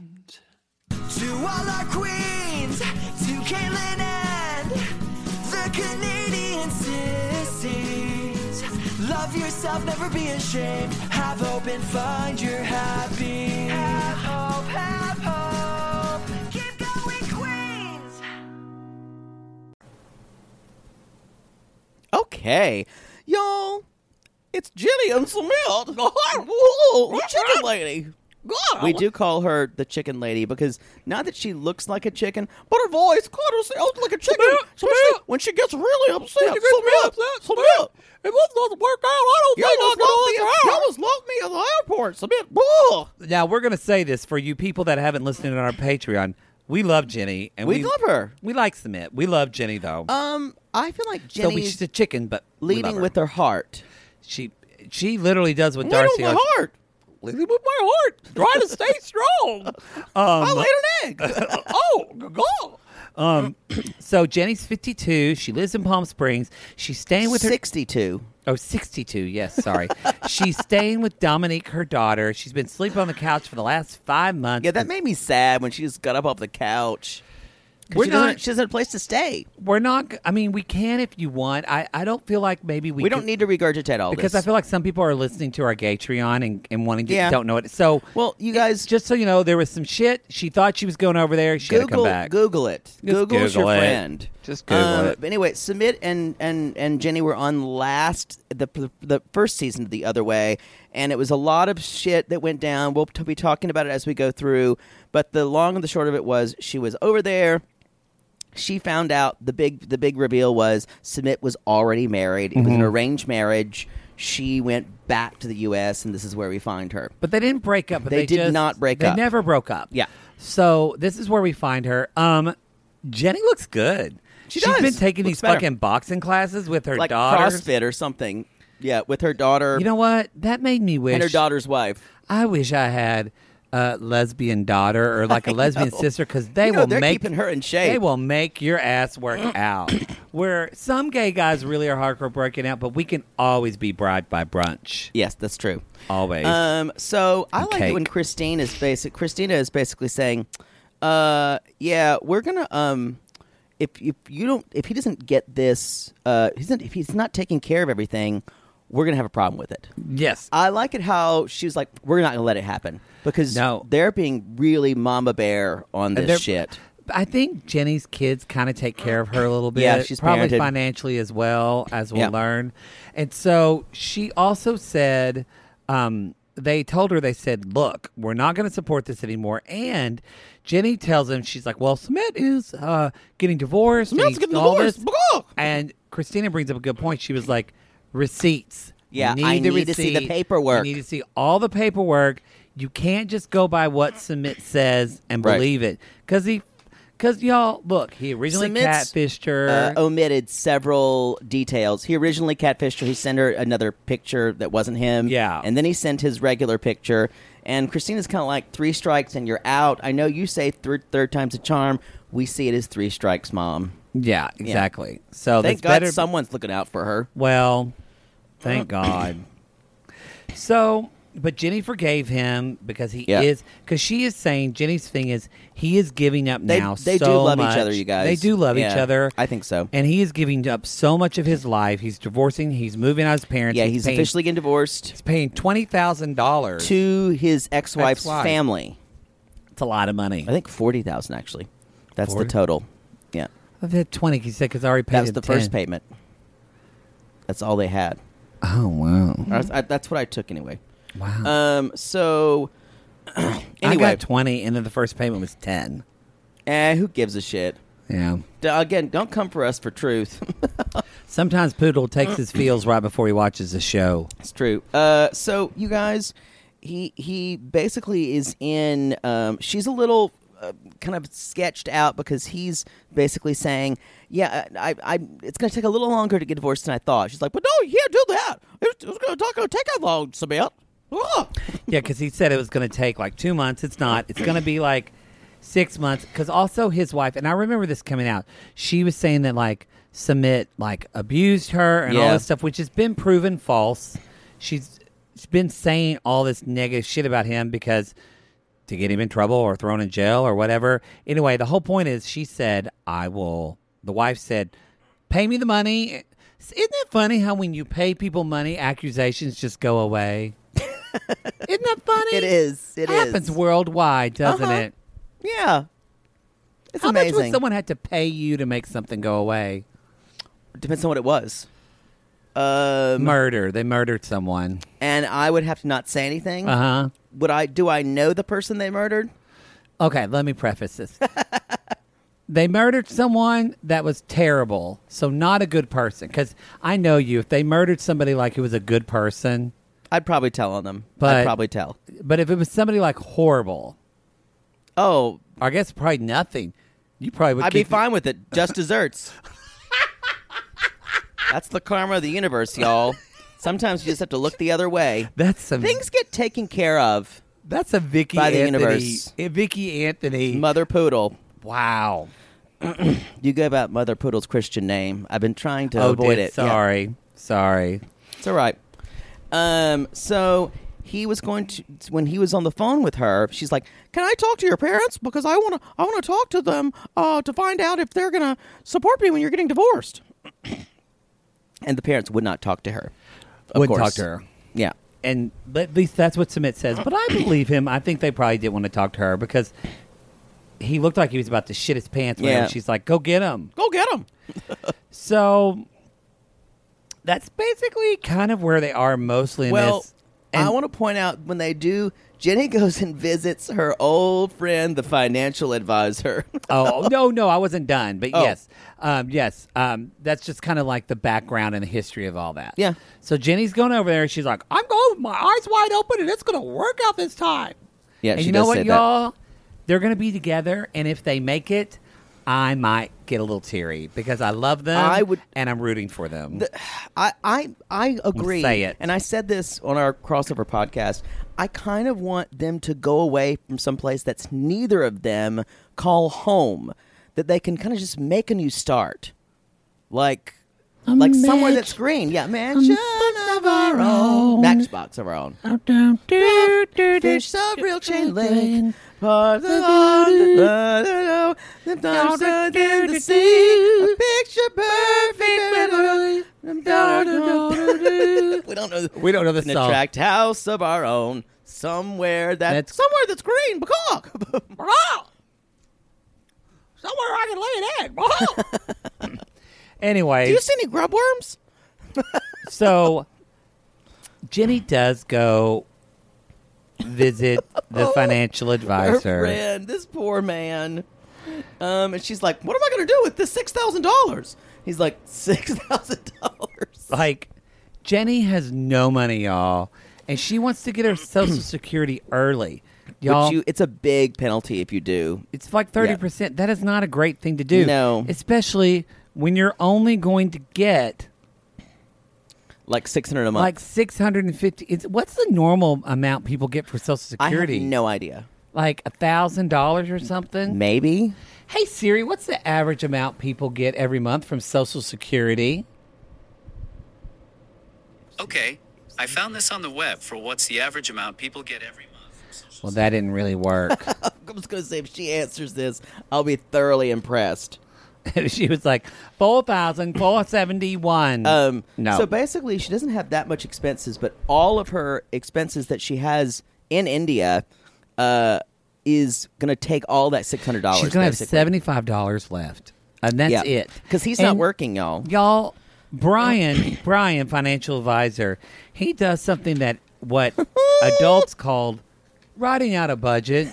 G: To all our queens, to Caitlin and the Canadian sissies. Love yourself, never be ashamed. Have hope and find your happy. Have hope, have hope. Keep going, queens.
C: Okay, y'all, it's Jenny and some milk. [laughs] Whoa, chicken lady. God, we do call her the chicken lady because not that she looks like a chicken, but her voice kind of sounds like a chicken. especially when she gets really upset. She gets really upset. It was not work out. I don't you think I can. You almost locked me at the airport. Some milk. Ugh.
D: Now we're gonna say this for you people that haven't listened to our Patreon. We love Jenny, and
C: We
D: we,
C: love her.
D: We like Submit. We love Jenny though.
C: Um, I feel like
D: so we,
C: Jenny's
D: she's a chicken, but we love
C: leading
D: her.
C: with her heart.
D: she she literally does what
C: Lead
D: Darcy.
C: with my
D: always-
C: heart.
D: Lead with my heart. Try to [laughs] stay strong. Um,
C: Laid an egg. [laughs]
D: oh, go. Um, [clears throat] so Jenny's 52. She lives in Palm Springs. She's staying with her.
C: 62.
D: Oh, 62. Yes,
C: [laughs]
D: sorry. She's staying with Dominique, her daughter. She's been sleeping on the couch for the last five months.
C: Yeah, that made me sad when she just got up off the couch. 'Cause
D: We're
C: she doesn't-
D: not-
C: She doesn't have a place to stay.
D: We're not. I mean, we can if you want. I, I don't feel like maybe we.
C: We don't
D: could-
C: need to regurgitate all
D: because
C: this.
D: I feel like some people are listening to our Gatreon and, and wanting to
C: Yeah.
D: don't know it. So
C: Well, you guys
D: just so you know, there was some shit. She thought she was going over there. She had to come
C: Google
D: back.
C: Google it. Google's
D: Google
C: your
D: it.
C: friend. Um,
D: Just Google it.
C: But anyway, Submit and and and Jenny were on last the the first season of The Other Way, and it was a lot of shit that went down. We'll t- be talking about it as we go through. But the long and the short of it was she was over there. She found out the big the big reveal was Submit was already married. It was
D: Mm-hmm.
C: an arranged marriage. She went back to the U.S. and this is where we find her.
D: But they didn't break up. But
C: They
D: they,
C: did
D: just-
C: not break
D: they
C: up.
D: never broke up.
C: Yeah.
D: So this is where we find her. Um, Jenny looks good.
C: She
D: has
C: does.
D: been taking
C: Looks
D: these
C: better.
D: fucking boxing classes with her
C: Like
D: daughter.
C: CrossFit or something. Yeah, with her daughter
D: You know what? That made me wish.
C: and her daughter's wife.
D: I wish I had a lesbian daughter or
C: [laughs]
D: like a lesbian sister because they
C: You know,
D: will
C: they're
D: make
C: keeping her in shape.
D: They will make your ass work
C: [clears throat]
D: out. Where some gay guys really are hardcore breaking out, but we can always be bribed by brunch.
C: Yes, that's true.
D: Always.
C: Um, so I like it
D: cake.
C: when Christine is basic. Christina is basically saying, uh, "Yeah, we're gonna um, if if you don't if he doesn't get this, uh, he doesn't, if he's not taking care of everything, we're gonna have a problem with it."
D: yes.
C: I like it how she was like, "We're not gonna let it happen." Because
D: No.
C: they're being really mama bear on
D: they're-
C: this shit.
D: I think Jenny's kids kind of take care of her a little bit.
C: Yeah, she's
D: probably
C: parented.
D: financially as well as we'll
C: Yeah.
D: learn. And so she also said, um, they told her they said, "Look, we're not going to support this anymore." And Jenny tells him, she's like, "Well, Smith is uh, getting divorced.
C: Smith's
D: and
C: getting
D: all
C: divorced.
D: this." And Christina brings up a good point. She was like, "Receipts.
C: Yeah,
D: you
C: I
D: need the
C: need to see the
D: receipt.
C: paperwork.
D: You need to see all the paperwork. You can't just go by what Submit says and
C: Right.
D: believe it. Because he, because y'all, look, he originally
C: Submit's,
D: catfished her.
C: uh, omitted several details. He originally catfished her. He sent her another picture that wasn't him.
D: Yeah.
C: And then he sent his regular picture. And Christina's kind of like, three strikes and you're out. I know you say third, third time's a charm. we see it as three strikes, mom.
D: Yeah, exactly. So
C: Thank
D: that's
C: God Uh-huh.
D: better.
C: someone's looking out for her.
D: Well, thank God. So, but Jenny forgave him because he
C: Yeah.
D: is because she is saying Jenny's thing is he is giving up
C: They-
D: now.
C: they do
D: so
C: love each
D: much.
C: other, you guys.
D: They do love each
C: Yeah,
D: other.
C: I think so.
D: And he is giving up so much of his life. He's divorcing. He's moving out his parents.
C: Yeah, he's
D: paying,
C: officially getting divorced
D: he's paying twenty thousand dollars.
C: to his ex-wife's
D: Ex-wife.
C: family.
D: It's a lot of money.
C: I think forty thousand actually. That's the
D: 40?
C: total. Yeah,
D: I've had twenty. He said because I already paid.
C: that was
D: him
C: the first
D: 10.
C: payment. That's all they had.
D: Oh wow!
C: Or I- that's what I took anyway.
D: Wow.
C: Um. So [clears throat] anyway,
D: Mm-hmm. I got twenty, and then the first payment was ten.
C: eh, who gives a shit?
D: Yeah.
C: D- Again, don't come for us for truth. [laughs]
D: Sometimes Poodle takes his feels right before he watches a show.
C: It's true. Uh, so you guys, he he basically is in. Um, she's a little uh, kind of sketched out because he's basically saying, "Yeah, I, I, it's going to take a little longer to get divorced than I thought." She's like, "But no, you can't do that. It's, it's going to take that long, Samantha." Ugh."
D: Yeah, because he said it was going to take like two months. It's not. It's going to be like six months. Because also his wife, and I remember this coming out. She was saying that like Submit like abused her and all
C: Yeah.
D: this stuff, which has been proven false. She's she's been saying all this negative shit about him because to get him in trouble or thrown in jail or whatever. Anyway, the whole point is she said, I will. The wife said, pay me the money. Isn't it funny how when you pay people money, accusations just go
C: [laughs]
D: away? Isn't that funny?
C: It is.
D: It
C: It is.
D: happens worldwide, doesn't
C: Uh-huh.
D: it?
C: Yeah, it's
D: how
C: amazing.
D: much would someone have to pay you to make something go away?
C: Depends on what it was. Um,
D: Murder. They murdered someone.
C: and I would have to not say anything.
D: Uh huh.
C: Would I? Do I know the person they murdered?
D: Okay, let me preface this. [laughs] they murdered someone that was terrible, so not a good person. Because I know you. If they murdered somebody like who was a good person,
C: I'd probably tell on them.
D: But-
C: I'd probably tell.
D: but if it was somebody like horrible,
C: Oh,
D: I guess probably nothing. You probably would.
C: I'd be
D: keep-
C: fine with it. Just desserts. That's the karma of the universe, y'all. Sometimes you just have to look the other way.
D: [laughs] That's some
C: Things get taken care of.
D: That's a Vicky
C: By the
D: Anthony.
C: universe.
D: eh, Vicky Anthony.
C: Mother Poodle.
D: wow.
C: You gave out Mother Poodle's Christian name. I've been trying to
D: oh,
C: avoid
D: did-
C: it. Yeah,
D: Sorry. Sorry.
C: it's all right. Um, so he was going to when he was on the phone with her. She's like, "Can I talk to your parents? Because I want to. I want to talk to them uh, to find out if they're going to support me when you're getting divorced." [clears throat] and the parents would not talk to her. Of
D: Wouldn't
C: course.
D: talk to her.
C: Yeah.
D: And but at least that's what Submit says. But I believe him. I think they probably did want to talk to her because he looked like he was about to shit his pants. when
C: Yeah.
D: She's like, "Go get him."
C: Go get him.
D: [laughs] So that's basically kind of where they are mostly. In
C: Well,
D: this. And
C: I want to point out when they do, Jenny [laughs] goes and visits her old friend, the financial advisor. [laughs]
D: oh no, no, I wasn't done. But
C: Oh.
D: yes, um, yes, um, that's just kind of like the background and the history of all that.
C: Yeah.
D: So Jenny's going over there. and She's like, "I'm going with my eyes wide open, and it's going to work out this time."
C: Yeah,
D: And
C: she
D: you know
C: does
D: what,
C: say that.
D: y'all? They're going to be together, and if they make it, I might get a little teary because I love them.
C: I would-
D: and I'm rooting for them.
C: I, I, I agree.
D: Say it.
C: And I said this on our crossover podcast. I kind of want them to go away from someplace that's neither of them call home, that they can kind of just make a new start, like. like somewhere that's green, yeah, mansion of our own, matchbox of our own. Fish of real chain link. Part of the water. Sometimes I get to see a picture perfect. [laughs] We don't know.
D: We don't know the
C: An
D: song.
C: attract house of our own. Somewhere that
D: That's-
C: somewhere that's green. Bacaw. [laughs]
D: Somewhere I can lay an egg. anyway,
C: Do you see any grub worms?
D: So Jenny does go visit
C: [laughs]
D: the financial
C: Oh, Her
D: advisor.
C: friend, this poor man. Um, and she's like, "What am I going to do with this six thousand dollars?" He's like, 6000 dollars."
D: Like Jenny has no money, y'all, and she wants to get
C: [clears throat]
D: her social security early. Y'all,
C: Which you, it's a big penalty if you do.
D: it's like 30%. That is not a great thing to do.
C: No.
D: Especially when you're only going to get
C: Like six hundred a month.
D: like 650 it's what's the normal amount people get for social
C: I have
D: security?
C: no idea.
D: like a thousand dollars or something?
C: Maybe.
D: Hey Siri, what's the average amount people get every month from Social Security?
H: Okay, I found this on the web for what's the average amount people get every month.
D: Well, that didn't really
C: [laughs]
D: work. [laughs]
C: I'm just gonna say if she answers this, I'll be thoroughly impressed.
D: she was like four thousand four seventy one.
C: Um,
D: no.
C: So basically, she doesn't have that much expenses, but all of her expenses that she has in India uh, is going to take all that six hundred dollars.
D: She's gonna have seventy five dollars left, and that's
C: Yeah.
D: it.
C: 'Cause he's
D: And
C: not working, y'all. [coughs]
D: Y'all, Brian, Brian, financial advisor, he does something that what adults called writing out
C: [laughs]
D: a budget.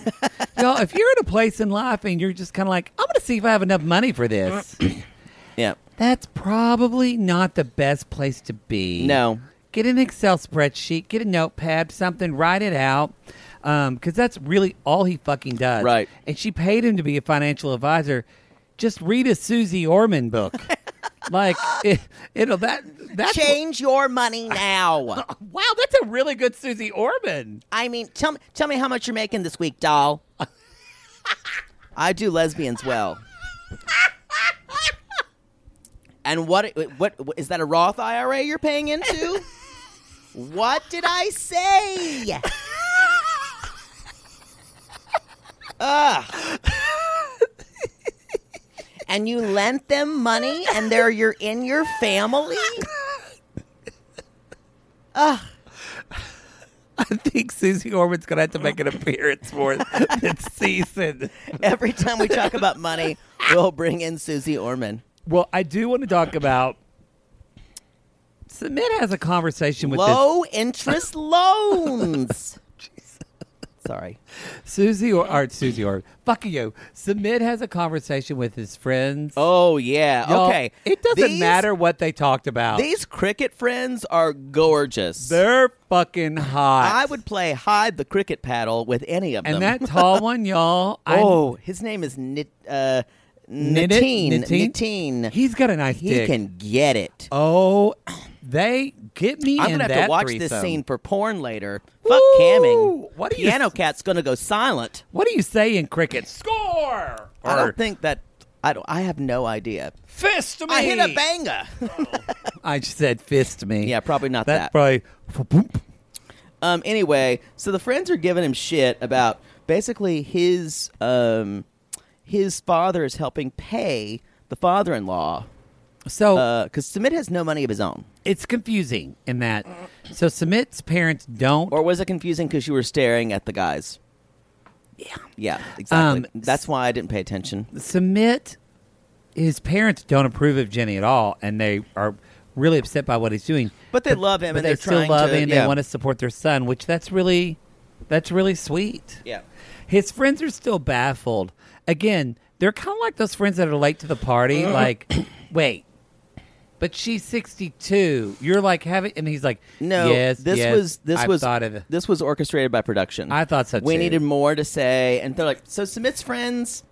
D: y'all, if you're at a place in life and you're just kind of like, I'm gonna see if I have enough money for this.
C: Yeah.
D: That's probably not the best place to be.
C: No.
D: Get an Excel spreadsheet, get a notepad, something, write it out. Because that's really all he fucking does.
C: Right.
D: And she paid him to be a financial advisor. Just read a Susie Orman [laughs] book. like, it, it'll, that, that's.
C: Change your money
D: [laughs]
C: now.
D: Wow, that's a really good Susie Orman.
C: I mean, tell me, tell me how much you're making this week, doll. I do lesbians well. And what, what what is that a Roth IRA you're paying into? what did I say? Ugh. And you lent them money, and they're you're in your family.
D: I think Susie Orman's going to have to make an appearance for this season.
C: Every time we talk about money, we'll bring in Susie Orman.
D: Well, I do want to talk about. Submit has a conversation with this
C: low [laughs] interest loans. Sorry.
D: Susie or, or Susie or fuck you. Submit has a conversation with his friends.
C: Oh yeah.
D: Y'all,
C: okay.
D: It doesn't
C: These-
D: matter what they talked about.
C: These cricket friends are gorgeous.
D: They're fucking hot.
C: I would play hide the cricket paddle with any of
D: And
C: them. [laughs]
D: that tall one, y'all. I-
C: oh, his name is Nit, uh,
D: Knit it?
C: Nitin.
D: Nitin?
C: Nitin.
D: He's got a nice
C: he
D: dick.
C: can get it.
D: Oh, they get me
C: I'm
D: in
C: gonna have
D: that
C: to watch this
D: threesome.
C: scene for porn later. Fuck
D: Woo!
C: camming.
D: What do you-
C: Piano cat's gonna go silent.
D: What do you say in cricket? Score!
C: I
D: Or
C: don't think that. I don't. I have no idea.
D: fist to me.
C: I hit a banger.
D: I just said fist me.
C: Yeah, probably not
D: That's
C: that.
D: probably.
C: Um, anyway, so the friends are giving him shit about basically his um, his father is helping pay the father-in-law
D: So
C: because Sumit has no money of his own.
D: it's confusing in that. So Submit's parents don't
C: Or was it confusing because you were staring at the guys? Yeah, yeah, exactly.
D: Um,
C: That's why I didn't pay attention.
D: submit his parents don't approve of Jenny at all and they are really upset by what he's doing.
C: But they love him
D: but
C: and
D: they
C: they're
D: still
C: trying
D: love
C: to-
D: him and
C: yeah.
D: they want to support their son, which that's really that's really sweet.
C: Yeah.
D: His friends are still baffled. Again, they're kind of like those friends that are late to
C: [laughs]
D: the party like, "Wait, but she's 62. You're like having and he's like,
C: No,
D: yes,
C: this
D: yes,
C: was this
D: I've
C: was [laughs]
D: thought of it.
C: this was orchestrated by production.
D: I thought so,
C: We
D: too.
C: needed more to say, and they're like, so Sumit's friends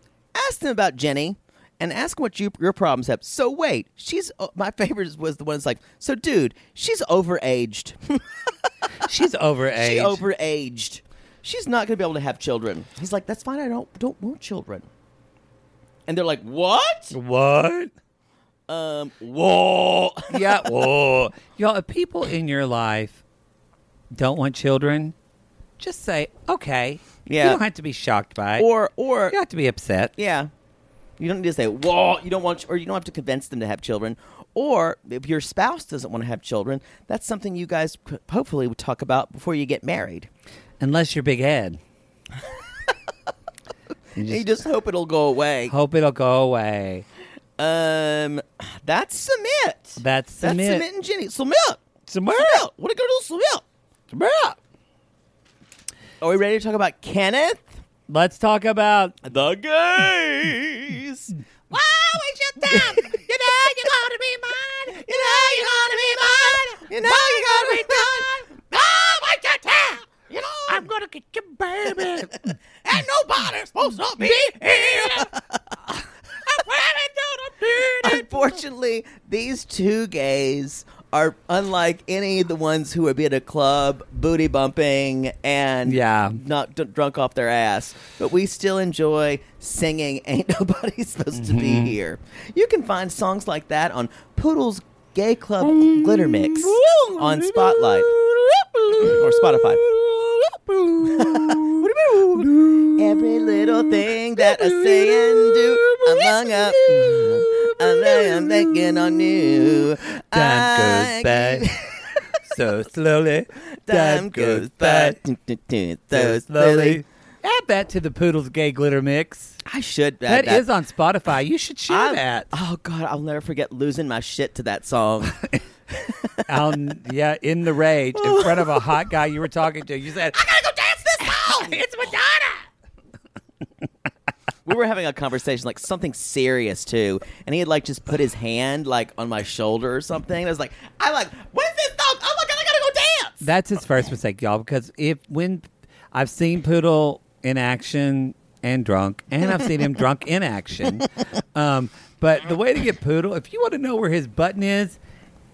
C: asked him about Jenny, and ask what you, your problems have. So wait, she's oh, my favorite was the one that's like, so dude, she's overaged. [laughs]
D: [laughs] She's overage.
C: she overaged. She's not going to be able to have children. He's like, that's fine. I don't don't want children. And they're like, what?
D: what?
C: Um, whoa. [laughs]
D: yeah. Whoa. Y'all, if people in your life don't want children, just say, okay.
C: Yeah.
D: You don't have to be shocked by it.
C: or or
D: you don't have to be upset.
C: Yeah. You don't need to say, "Whoa!" You don't want, or you don't have to convince them to have children. Or if your spouse doesn't want to have children, that's something you guys c- hopefully would talk about before you get married.
D: Unless you're
C: [laughs]
D: Big Ed. you
C: And you just
D: just
C: hope it'll go away.
D: hope it'll go away.
C: Um, that's submit.
D: That's
C: That's
D: Sumit.
C: submit and Jenny. Submit.
D: Submit.
C: What are you gonna do? Submit. Are we ready to talk about Kenneth?
D: Let's talk about
E: The gays.
C: Wow, it's your time. [laughs] You know you're gonna be mine. You know you're gonna be mine. You know you're gonna be mine. Oh, it's your time. You know I'm gonna get your [laughs] baby. and nobody's supposed to be here. Unfortunately, these two gays are unlike any of the ones who would be at a club booty bumping and
D: Yeah.
C: not d- drunk off their ass. But we still enjoy singing [laughs] Ain't Nobody Supposed to
D: Mm-hmm.
C: Be Here. You can find songs like that on Poodle's Gay Club
D: Mm-hmm.
C: Glitter Mix on [laughs] Spotlight or Spotify. [laughs] Every little thing that I say and do, I'm hung up.
D: Mm-hmm.
C: I'm, I'm thinking on you. I-
D: Time goes [laughs] by so slowly.
C: Time goes by so
D: so
C: slowly.
D: slowly. Add that to the Poodle's Gay Glitter Mix.
C: I should. add
D: that is on Spotify. You should share
C: I-
D: that.
C: Oh God, I'll never forget losing my shit to that
D: [laughs]
C: song.
D: on, yeah, in the rage in front of a hot guy you were talking to. You said,
C: I gotta go dance this song. it's Madonna. we were having a conversation, like something serious too, and he had like just put his hand like on my shoulder or something. And I was like, I like, what is this song? Oh my God, I gotta go dance.
D: That's his first mistake, y'all, because if when I've seen Poodle in action and drunk, and I've seen him drunk
C: [laughs]
D: in action. Um, but the way to get Poodle, if you want to know where his button is,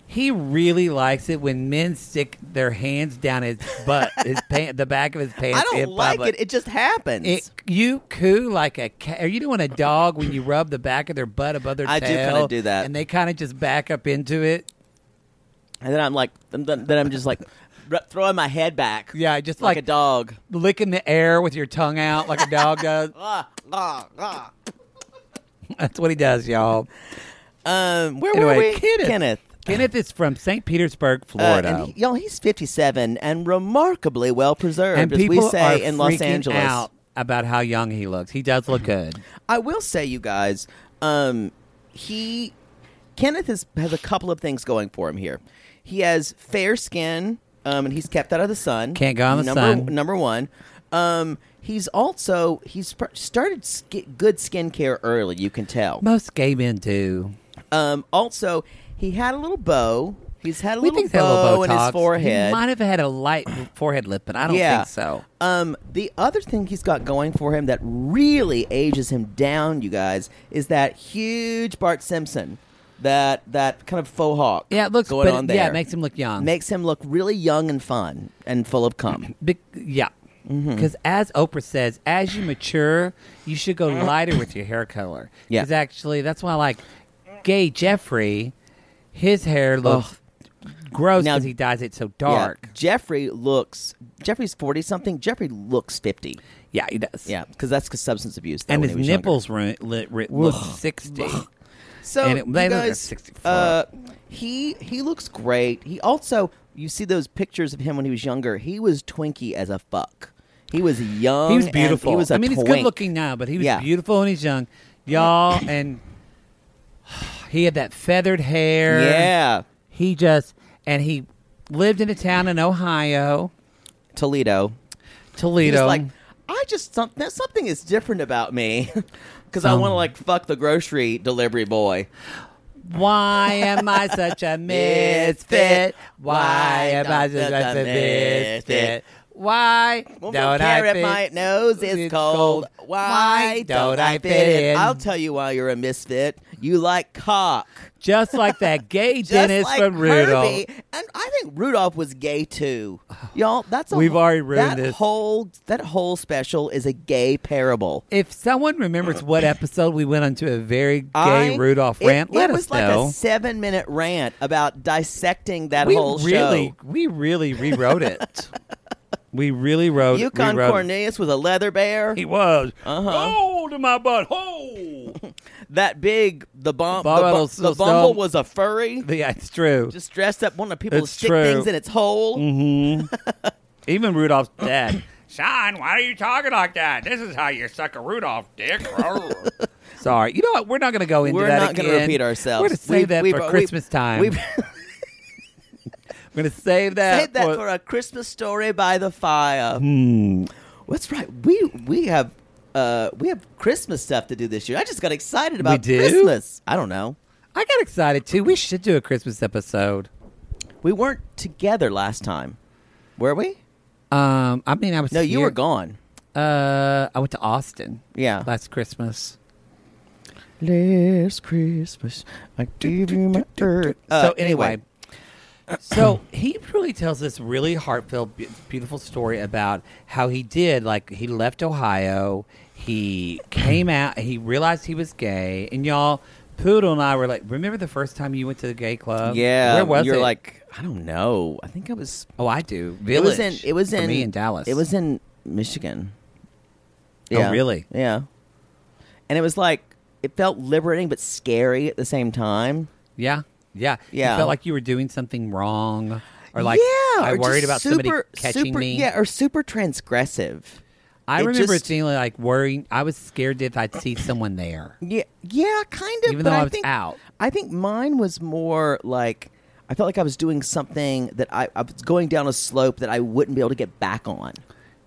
D: he really likes it when men stick their hands down his butt,
C: [laughs]
D: his pant, the back of his pants.
C: I don't
D: in
C: like
D: public.
C: it. It just happens.
D: It- you coo like a cat. Are you doing a dog when you rub the back of their butt above their
C: I do
D: tail?
C: kinda do that.
D: and they kind of just back up into it.
C: and then I'm like, then, then then I'm just
D: [laughs]
C: like r- throwing my head back.
D: Yeah, just
C: like,
D: like,
C: a dog.
D: licking the air with your tongue out like
C: [laughs]
D: a dog does.
C: Ah, ah, ah.
D: That's what he does, y'all.
C: Um, where were
D: Anyway,
C: we?
D: Kenneth.
C: Kenneth.
D: Kenneth is from St. Petersburg,
C: Uh,
D: Florida.
C: and he, y'all, he's 57 and remarkably well preserved,
D: And
C: as
D: people
C: we say
D: are
C: in Los
D: freaking
C: Angeles.
D: out about how young he looks. He does
C: [laughs]
D: look good.
C: I will say, you guys, um, he Kenneth is, has a couple of things going for him here. He has fair skin, um, and he's kept out of the sun.
D: Can't go in the
C: number,
D: sun.
C: Number one. Um, he's also he's pr- started sk- good skincare early. You can tell.
D: Most gay men do.
C: Um, also, he had a little bow. He's had a
D: We
C: little
D: think that
C: bow
D: little
C: in his
D: Botox.
C: forehead.
D: He might have had a light forehead lift, but I don't think so.
C: Um, the other thing he's got going for him that really ages him down, you guys, is that huge Bart Simpson, that that kind of faux hawk.
D: Yeah, it looks-
C: going
D: but
C: on
D: it-
C: there.
D: yeah, it makes him look young.
C: Makes him look really young and fun and full of cum.
D: Be- yeah.
C: Mm-hmm.
D: Because as Oprah says, as you mature, you should go lighter with your hair color.
C: Yeah.
D: Because actually, that's why, like, gay Jeffrey, his hair looks gross
C: Now-
D: because he dyes it so
C: Yeah,
D: [laughs] dark.
C: Jeffrey looks. Jeffrey's forty something. Jeffrey looks fifty.
D: Yeah, he does.
C: Yeah, because that's 'cause substance abuse. though,
D: And
C: when
D: his
C: he was younger.
D: nipples ru- lit, ri look 60.
C: So
D: And it- they
C: you
D: look at
C: guys,
D: 64.
C: uh, he he looks great. He also you see those pictures of him when he was younger. He was twinky as a fuck. He was young.
D: He was
C: and
D: beautiful.
C: He was a
D: I mean, he's
C: twink.
D: good looking now, but he was
C: Yeah.
D: beautiful when he's young.
C: [clears throat]
D: Y'all, and he had that feathered hair.
C: Yeah,
D: He just, and he lived in a town in Ohio,
C: Toledo. He
D: Toledo.
C: was like, I just something something is different about me [laughs] because I want to like fuck the grocery delivery boy.
D: Why
C: [laughs]
D: am I such a misfit? Why am I such a misfit? Why
C: Won't
D: don't I
C: care
D: fit?
C: if my nose is
D: It's
C: cold.
D: cold.
C: Why don't I fit in? I'll tell you why you're a misfit. You like cock.
D: Just
C: [laughs]
D: like that gay
C: Just
D: dentist
C: like
D: from Rudolph.
C: Herbie. And I think Rudolph was gay too.
D: [sighs]
C: Y'all, that's a
D: We've already ruined
C: that
D: this.
C: whole that whole special is a gay parable.
D: If someone remembers what episode we went onto a very gay
C: I-
D: Rudolph
C: it-
D: rant,
C: It,
D: let
C: was
D: us
C: like
D: know.
C: a seven-minute rant about dissecting that
D: we
C: whole
D: really,
C: show.
D: we really
C: [laughs]
D: rewrote it. we really wrote.
C: Yukon
D: rewrote it.
C: Cornelius was a leather bear.
D: He was.
C: Uh-huh.
D: Oh, to my butt. Oh. [laughs]
C: that big, the bum,
D: Bob
C: the, bu-
D: Adams-
C: the bumble was a furry.
D: yeah, it's true.
C: just dressed up. One of the people
D: It's
C: stick
D: true. Mm-hmm.
C: things in its hole.
D: Even Rudolph's [clears throat] dad.
E: Son, why are you talking like that? This is how you suck a Rudolph, dick.
C: [laughs]
D: Sorry. You know what? We're not going to go into
C: We're
D: that
C: not
D: again.
C: going to repeat ourselves.
D: We're going to save
C: We've-
D: that
C: we've- uh,
D: for
C: we've-
D: Christmas time. [laughs]
C: We've
D: We're going to save that.
C: saved that for a Christmas story by the fire.
D: Hmm.
C: That's right. We we have uh we have Christmas stuff to do this year. I just got excited about
D: do?
C: Christmas. I don't know.
D: I got excited too. We should do a Christmas episode.
C: We weren't together last time, were we?
D: Um, I mean, I was
C: No, you
D: here-
C: were gone.
D: Uh, I went to Austin.
C: Yeah.
D: last Christmas.
C: Last Christmas, I gave you my. Uh,
D: so anyway, so he really tells this really heartfelt, be- beautiful story about how he did. Like he left Ohio, he
C: [clears throat]
D: came out, he realized he was gay, and y'all, Poodle and I were like, "Remember the first time you went to the gay club?
C: Yeah,
D: um, where was
C: you're
D: it?
C: like I don't know. I think I was.
D: oh, I do.
C: It was
D: Village.
C: in. It was
D: for
C: in
D: me in Dallas.
C: It was in Michigan.
D: Oh, really?
C: Yeah. And it was like it felt liberating but scary at the same time.
D: Yeah, yeah, You
C: Yeah.
D: felt like you were doing something wrong, or like
C: yeah,
D: I
C: or
D: worried
C: just
D: about
C: super,
D: somebody catching
C: super,
D: me.
C: Yeah, or super transgressive.
D: I
C: it
D: remember
C: just-
D: feeling like worrying. I was scared if I'd see someone there.
C: Yeah, yeah, kind of.
D: Even
C: but
D: though I
C: I,
D: was
C: think,
D: out.
C: I think mine was more like I felt like I was doing something that I, I was going down a slope that I wouldn't be able to get back on.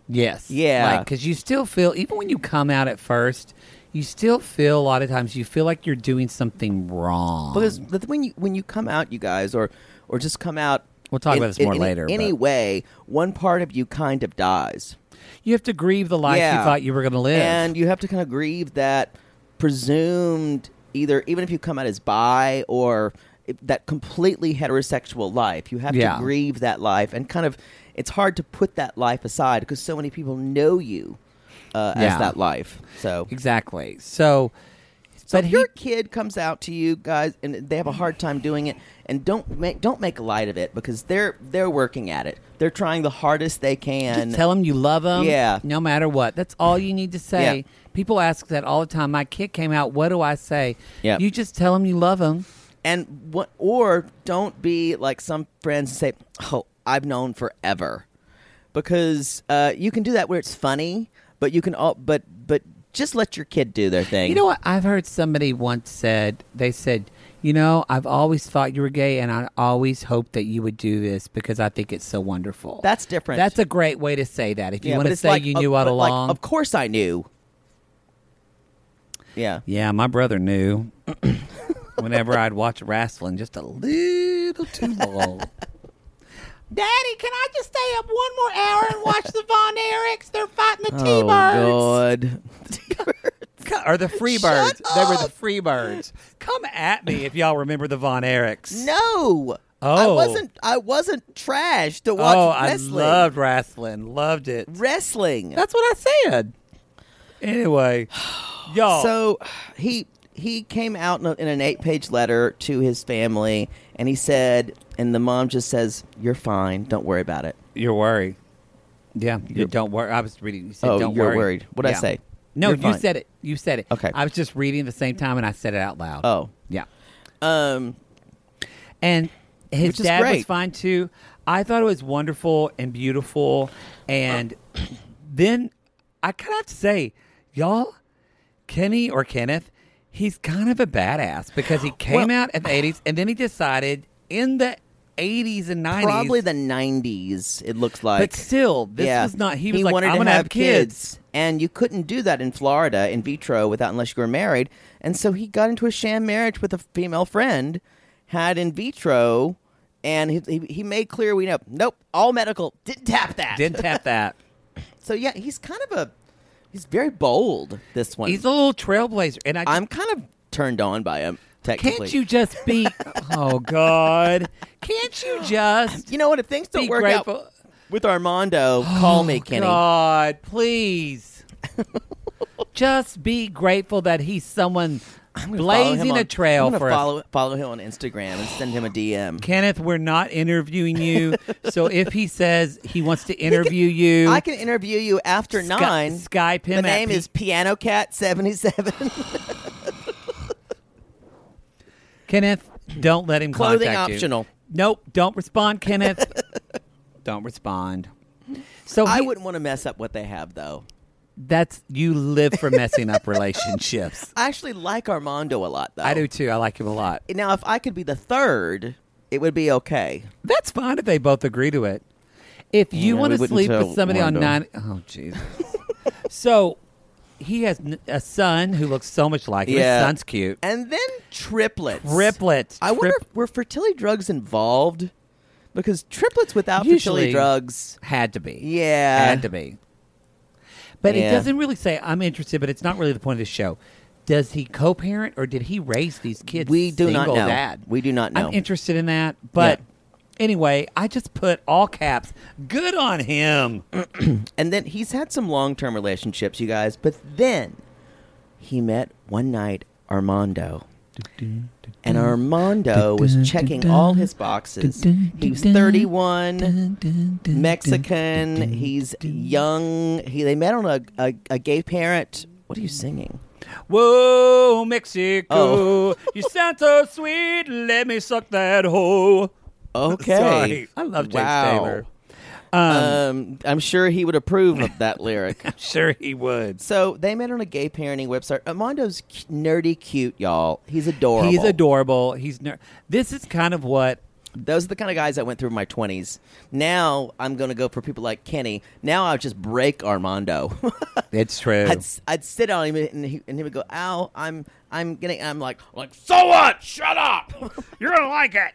D: Yes.
C: Yeah.
D: Because you still feel, even when you come out at first, you still feel a lot of times you feel like you're doing something wrong.
C: Because the- when you when you come out, you guys, or or just come out.
D: We'll talk
C: in-
D: about this more
C: in any-
D: later,
C: Any
D: but-
C: way, one part of you kind of dies.
D: you have to grieve the life you
C: Yeah.
D: thought you were going to live.
C: And you have to kind of grieve that presumed either even if you come out as bi or if- that completely heterosexual life, you have
D: Yeah.
C: to grieve that life and kind of it's hard to put that life aside because so many people know you uh,
D: Yeah.
C: as that life. So
D: exactly. So,
C: so
D: but
C: if
D: he,
C: your kid comes out to you guys and they have a hard time doing it, and don't make don't make light of it because they're they're working at it. They're trying the hardest they can.
D: just tell him you love him.
C: Yeah.
D: No matter what. That's all you need to say.
C: Yeah.
D: People ask that all the time. My kid came out. What do I say?
C: Yeah.
D: You just tell him you love him.
C: and what or don't be like some friends and say oh i've known forever because uh, you can do that where it's funny but you can all but but just let your kid do their thing
D: You know what? I've heard somebody once said, they said, you know, I've always thought you were gay and I always hoped that you would do this because I think it's so wonderful.
C: That's different.
D: That's a great way to say that. If you
C: Yeah,
D: want
C: but
D: to
C: it's
D: say
C: like,
D: you
C: uh,
D: knew all
C: but, like,
D: along.
C: of course i knew yeah
D: yeah, my brother knew [clears throat] whenever I'd watch wrestling just a little too long. [laughs] Daddy, can I just stay up one more hour and watch the Von Erichs? They're fighting the
C: oh god [laughs]
D: Or the Freebirds. They were the Freebirds. Come at me if y'all remember the Von Erichs.
C: no i
D: Oh.
C: wasn't i wasn't trash to watch
D: oh,
C: wrestling
D: I loved wrestling. Loved it.
C: wrestling
D: That's what I said.
C: [sighs]
D: Anyway, y'all.
C: So he he came out in, a, in an eight page letter to his family, and he said, and the mom just says, "You're fine. Don't worry about it."
D: you're worried. Yeah, you don't worry. I was reading. You said,
C: Oh,
D: don't
C: you're
D: worry.
C: worried. What'd I
D: Yeah.
C: say?
D: No,
C: You're
D: you
C: fine.
D: said it. You said it.
C: Okay.
D: I was just reading at the same time, and I said it out loud.
C: Oh.
D: yeah.
C: Um,
D: And his
C: Which is
D: dad was
C: great.
D: fine too. I thought it was wonderful and beautiful. And then I kind of have to say, y'all, Kenny or Kenneth, he's kind of a badass
C: [gasps]
D: because he came out in the 80s and then he decided in the 80s and 90s.
C: probably the '90s. It looks like.
D: But still, this
C: yeah,
D: was not. He was like,
C: wanted
D: I'm
C: to
D: gonna
C: have
D: kids.
C: and you couldn't do that in Florida in vitro without unless you were married. And so he got into a sham marriage with a female friend, had in vitro, and he he, he made clear we know nope, all medical. Didn't tap that.
D: Didn't
C: [laughs]
D: tap that.
C: So yeah, he's kind of a he's very bold. This one,
D: He's a little trailblazer, and I just
C: I'm kind of turned on by him. Technically,
D: can't you just
C: [laughs]
D: be? oh God,
C: [gasps]
D: can't you just?
C: You know what? If things don't
D: Be
C: work
D: grateful. Oh,
C: out with Armando, call me, Kenny.
D: God,
C: [laughs]
D: please. Just be grateful that he's someone
C: I'm gonna follow
D: blazing
C: him on-
D: a trail
C: I'm gonna
D: for us.
C: follow, Follow him on Instagram and send him a DM.
D: Kenneth, we're not
C: [laughs]
D: interviewing you. so if he says he wants to interview you,
C: I can interview you after
D: Sky-
C: nine.
D: Skype him
C: The
D: at
C: name
D: P-
C: is Piano Cat seventy seven.
D: [laughs] Kenneth, don't let him
C: Clothing
D: contact you.
C: optional.
D: Nope, don't
C: [laughs]
D: respond, Kenneth. don't respond. So
C: I
D: he-
C: wouldn't want to mess up what they have, though.
D: That's you live for messing up relationships.
C: I actually like Armando a lot, though.
D: I do too. I like him a lot.
C: Now, if I could be the third, it would be okay.
D: That's fine if they both agree to it. If you
C: Yeah,
D: want
C: we
D: to
C: wouldn't
D: sleep
C: tell
D: with somebody on nine
C: Wanda.
D: oh Jesus. [laughs] so he has n- a son who looks so much like him.
C: Yeah.
D: His son's cute.
C: And then triplets.
D: Triplets.
C: I wonder
D: Trip-
C: if were fertility drugs involved? Because triplets without fertility drugs.
D: had to be.
C: Yeah.
D: Had to be. But it
C: Yeah.
D: doesn't really say I'm interested, but it's not really the point of the show. Does he co parent or did he raise these kids?
C: We do not
D: single
C: know.
D: Dad?
C: We do not know.
D: I'm interested in that, but Anyway, I just put all caps. Good on him.
C: and then he's had some long term relationships, you guys, but then he met one night Armando. And Armando was checking all his boxes. He was 31, Mexican, he's young. He, they met on a, a, a gay parent. What are you singing?
D: Whoa, Mexico.
C: Oh.
D: [laughs] you sound so sweet. Let me suck that hoe.
C: Okay.
D: Sorry. I love James
C: Wow.
D: Taylor. Uh,
C: Um, I'm sure he would approve of that lyric.
D: Sure, he would.
C: So they met on a gay parenting website. Armando's c- nerdy cute, y'all. He's adorable.
D: He's adorable. He's ner- This is kind of what
C: Those are the kind of guys I went through in my 20s. Now I'm going to go for people like Kenny. Now I'll just break Armando. [laughs]
D: it's true.
C: I'd, s- I'd sit on him and he, and he would go, ow, I'm, I'm getting, I'm like, like,
I: So what? Shut up. You're gonna like it.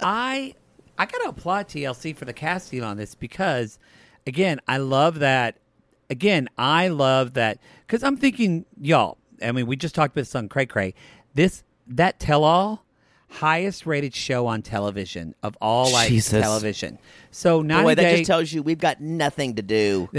D: I I gotta applaud TLC for the casting on this because, again, I love that. Again, I love that because I'm thinking, y'all. I mean, we just talked about this on Cray Cray. This that tell all highest rated show on television of all like
C: Jesus.
D: television. So ninety
C: boy, that
D: day,
C: just tells you we've got nothing to do.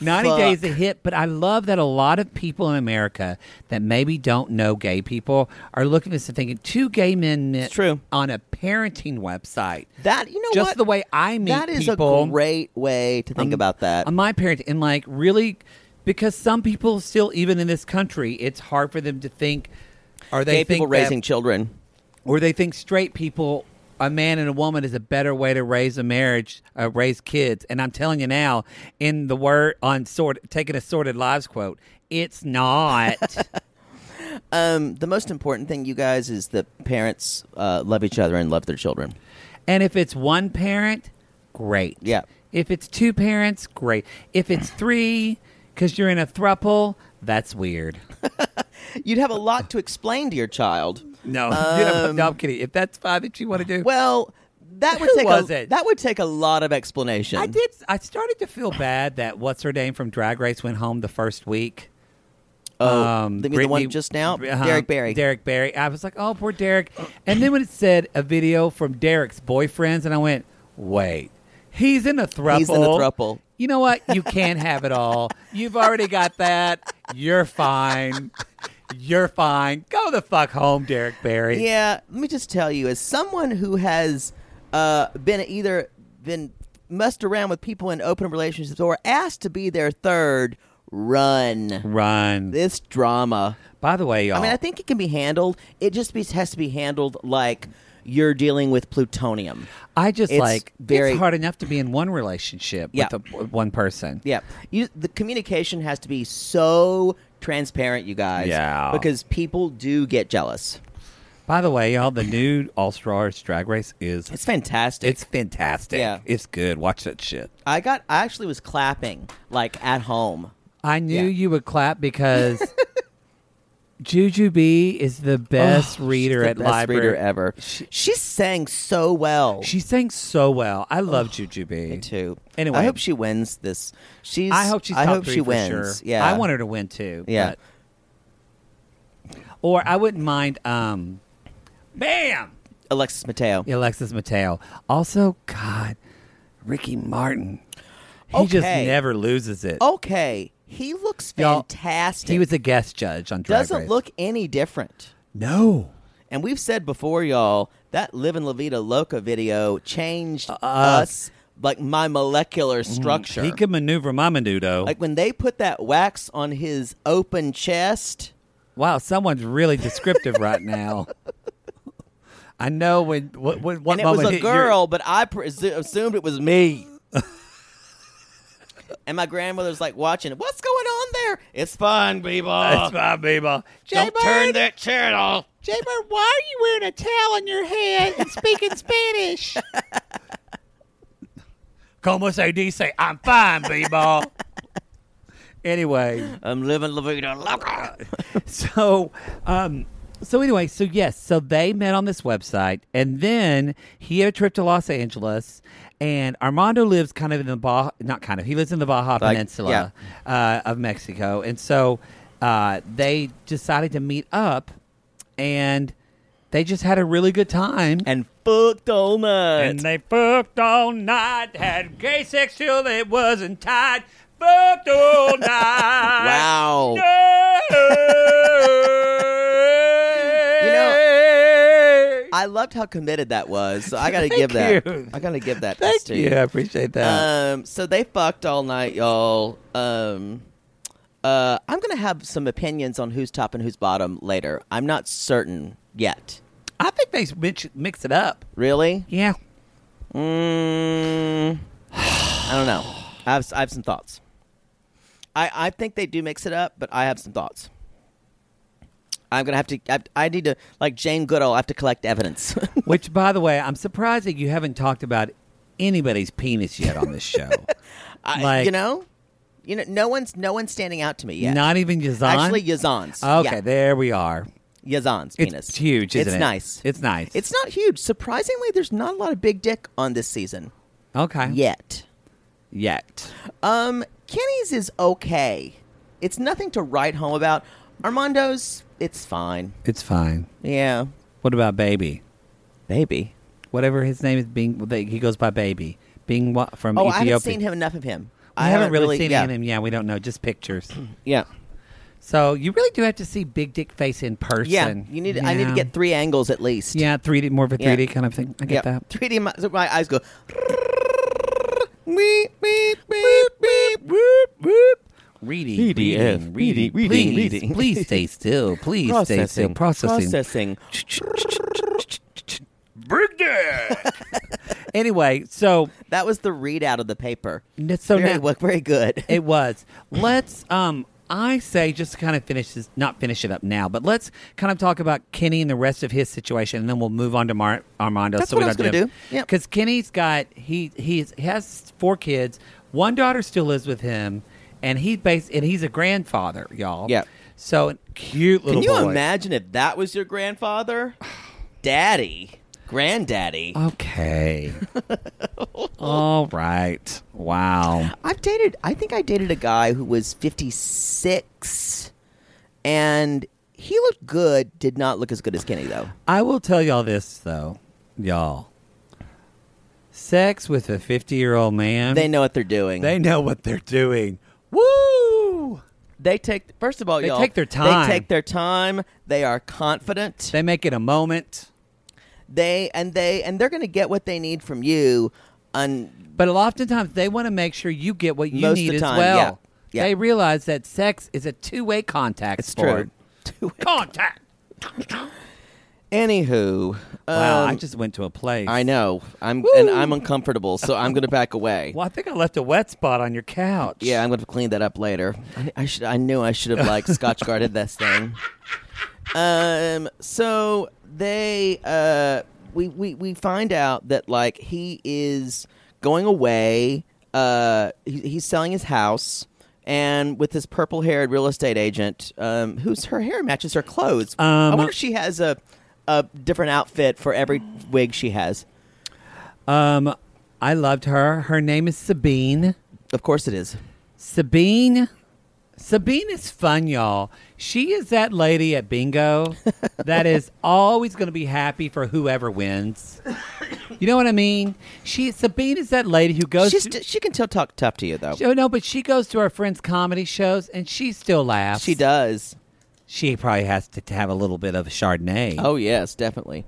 D: 90 days a
C: Fuck.
D: hit but i love that a lot of people in america that maybe don't know gay people are looking at this and thinking two gay men met
C: true.
D: on a parenting website
C: That, you know
D: just
C: what?
D: the way i meet
C: That is
D: people um,
C: a great way to think about that.
D: on my parent and like really because some people still even in this country it's hard for them to think are they
C: gay people
D: think that-
C: raising children.
D: or they think straight people a man and a woman is a better way to raise a marriage uh, raise kids and i'm telling you now in the word on sort taking a sorted lives quote
C: [laughs]
D: it's not
C: Um, the most important thing, you guys, is that parents uh, love each other and love their children.
D: and if it's one parent great
C: Yeah.
D: if it's two parents great if it's three because you're in a thruple that's weird
C: You'd have a lot to explain to your child.
D: no, [laughs] yeah, no i'm kidding if that's five that you want to do
C: Um, Well, that would
D: Who
C: take
D: was
C: a,
D: it?
C: that would take a lot of explanation.
D: I did. I started to feel bad that what's her name from Drag Race went home the first week.
C: Oh, you mean the one
D: Brittany-
C: just now?
D: Uh-huh,
C: Derek Barry.
D: Derek Barry. I was like, oh, poor Derek. And then when it said a video from Derek's boyfriends, and I went, wait, he's in a thruple.
C: He's in a thruple.
D: You know what? You can't have it all. You've already got that. You're fine. You're fine. Go the fuck home, Derek Barry.
C: Yeah, let me just tell you, as someone who has uh, been either been messed around with people in open relationships or asked to be their third, run
D: Run.
C: this drama.
D: By the way, y'all.
C: I mean, I think it can be handled. It just be, has to be handled like you're dealing with plutonium.
D: I just
C: It's
D: like
C: very-
D: it's hard enough to be in one relationship
C: Yeah.
D: with a, one person.
C: Yeah, you, the communication has to be so transparent, you guys.
D: Yeah.
C: because people do get jealous.
D: By the way, y'all, the new All Stars Drag Race is
C: It's fantastic.
D: it's fantastic.
C: Yeah.
D: it's good. Watch that shit.
C: I got. I actually was clapping like at home.
D: I knew
C: Yeah.
D: you would clap [laughs] because Juju B is the
C: [sighs]
D: best reader
C: the
D: at
C: best
D: library
C: reader ever. She, sang so well.
D: She sang so well. I love Juju B.
C: Me too.
D: Anyway.
C: I hope she wins this. She's.
D: I hope she's.
C: I
D: top
C: hope
D: three
C: she
D: for
C: wins.
D: Sure.
C: Yeah.
D: I want her to win too.
C: Yeah.
D: but- Or I wouldn't mind. Um, bam.
C: Alexis Mateo.
D: Alexis Mateo. Also, God, Ricky Martin. He just
C: Okay. Oh,
D: never loses it.
C: Okay, he looks
D: Y'all,
C: fantastic.
D: He was a guest judge on Drag
C: doesn't
D: Race.
C: look any different.
D: no.
C: And we've said before, y'all, that Livin' La Vida Loca video changed us like my molecular structure.
D: Uh, mm-hmm. He could maneuver my menudo.
C: like when they put that wax on his open chest.
D: wow, someone's really descriptive
C: [laughs]
D: right now. I know when what, what, what
C: and it was
D: moment
C: a
D: hit your-
C: girl, but I presu- assumed it was me. [laughs] and my grandmother's like watching it. What's going on there? It's fun, people.
D: [laughs] That's my people.
C: Don't turn that channel.
D: Jaybird, why are you wearing a towel on your head and speaking Spanish? [laughs] Como se dice? I'm fine, [laughs] b-ball. anyway,
C: I'm living la vida loca.
D: so um, so anyway, so yes, so they met on this website, and then he had a trip to Los Angeles, and Armando lives kind of in the Baja, not kind of, he lives in the Baja
C: Like,
D: Peninsula uh, of Mexico, and so uh, they decided to meet up, and they just had a really good time.
C: and fucked all night.
J: And they fucked all night. Had gay sex till it wasn't tight. Fucked all night.
C: Wow.
J: you
C: know, I loved how committed that was. So I gotta
D: [laughs] Thank
C: give that.
D: you.
C: I gotta give that. to
D: Thank
C: Stu.
D: you, I appreciate that.
C: Um, so they fucked all night, y'all. Um, uh, I'm gonna have some opinions on who's top and who's bottom later. I'm not certain yet.
D: I think they mix, mix it up.
C: Really?
D: Yeah. Hmm.
C: Mm, I don't know. I have, I have some thoughts. I, I think they do mix it up, but I have some thoughts. I'm gonna have to. I, I need to like Jane Goodall. I have to collect evidence.
D: [laughs]
C: [laughs]
D: Which, by the way, I'm surprised that you haven't talked about anybody's penis yet on this show.
C: [laughs] I,
D: Like-
C: you know, you know, no one's no one's standing out to me yet.
D: Not even Yazan.
C: Actually, Yazan's.
D: Okay,
C: yeah.
D: there we are.
C: Yazan's
D: It's
C: penis.
D: huge, isn't
C: it's
D: it?
C: nice.
D: It's nice.
C: It's not huge. Surprisingly, there's not a lot of big dick on this season
D: Okay.
C: yet.
D: Yet.
C: Um, Kenny's is okay. It's nothing to write home about. Armando's, it's fine.
D: It's fine.
C: Yeah.
D: What about baby?
C: Baby.
D: Whatever his name is, being they- he goes by baby. Being what from
C: oh, I
D: Ethiopia.
C: haven't seen him enough of him.
D: We
C: I
D: haven't, really, seen
C: yeah.
D: any of him. Yeah, we don't know. Just pictures. [clears throat]
C: Yeah.
D: So you really do have to see Big Dick Face in person.
C: Yeah, you need. I need to
D: Yeah.
C: get three angles at least.
D: Yeah, three D more of a
C: Yeah.
D: three D kind of thing. I get
C: Yeah.
D: that.
C: 3D. My, so my eyes go.
D: Reading,
C: PDF, reading,
D: reading, reading,
C: reading,
D: please,
C: reading.
D: please stay still. Please stay still.
C: Processing.
D: Processing.
J: Big dick.
D: [laughs] Anyway, so
C: That was the readout of the paper.
D: N- So
C: very,
D: now,
C: wa- very good.
D: it was. Let's. Um, I say just to kind of finish this, not finish it up now, but let's kind of talk about Kenny and the rest of his situation, and then we'll move on to Mar- Armando.
C: That's
D: so
C: what
D: we
C: I was
D: don't
C: gonna
D: do.
C: do. Yep.
D: because Kenny's got he he's, he has four kids. One daughter still lives with him, and he bas and he's a grandfather, y'all.
C: Yeah.
D: So cute
C: Can
D: little.
C: you
D: boy.
C: imagine if that was your grandfather, daddy, granddaddy? [laughs]
D: Okay. All right. Wow.
C: I've dated. I think I dated a guy who was fifty six, and he looked good. Did not look as good as Kenny though.
D: I will tell y'all this though, y'all. Sex with a fifty-year-old man.
C: They know what they're doing.
D: They know what they're doing. Woo!
C: They take first of all,
D: They
C: y'all.
D: take their time.
C: They take their time. They are confident.
D: They make it a moment,
C: They and they and they're going to get what they need from you. Un-
D: but oftentimes they want to make sure you get what you
C: Most of
D: need
C: the
D: as
C: time,
D: well.
C: yeah. Yeah.
D: They realize that sex is a two-way contact
C: it's
D: sport.
C: true.
J: Contact.
C: Anywho,
D: Wow! I
C: um,
D: just went to a place.
C: I know. I'm and I'm uncomfortable, so I'm going to back away.
D: Well, I think I left a wet spot on your couch.
C: Yeah, I'm going to clean that up later. I, I should. I knew I should have like scotch guarded this thing. Um. So they uh we we we find out that like he is going away. Uh, he, he's selling his house. And with this purple-haired real estate agent, um, whose her hair matches her clothes. I
D: Um,
C: wonder if she has a, a different outfit for every wig she has.
D: Um, I loved her. Her name is Sabine.
C: Of course, it is.
D: Sabine. Sabine is fun, y'all. She is that lady at
C: [laughs]
D: bingo that is always going to be happy for whoever wins. You know what I mean? She Sabine is that lady who goes.
C: She's,
D: to,
C: she can still talk tough to you though.
D: oh, no, but she goes to her friends' comedy shows and she still laughs.
C: She does.
D: She probably has to, to have a little bit of Chardonnay.
C: Oh yes, definitely.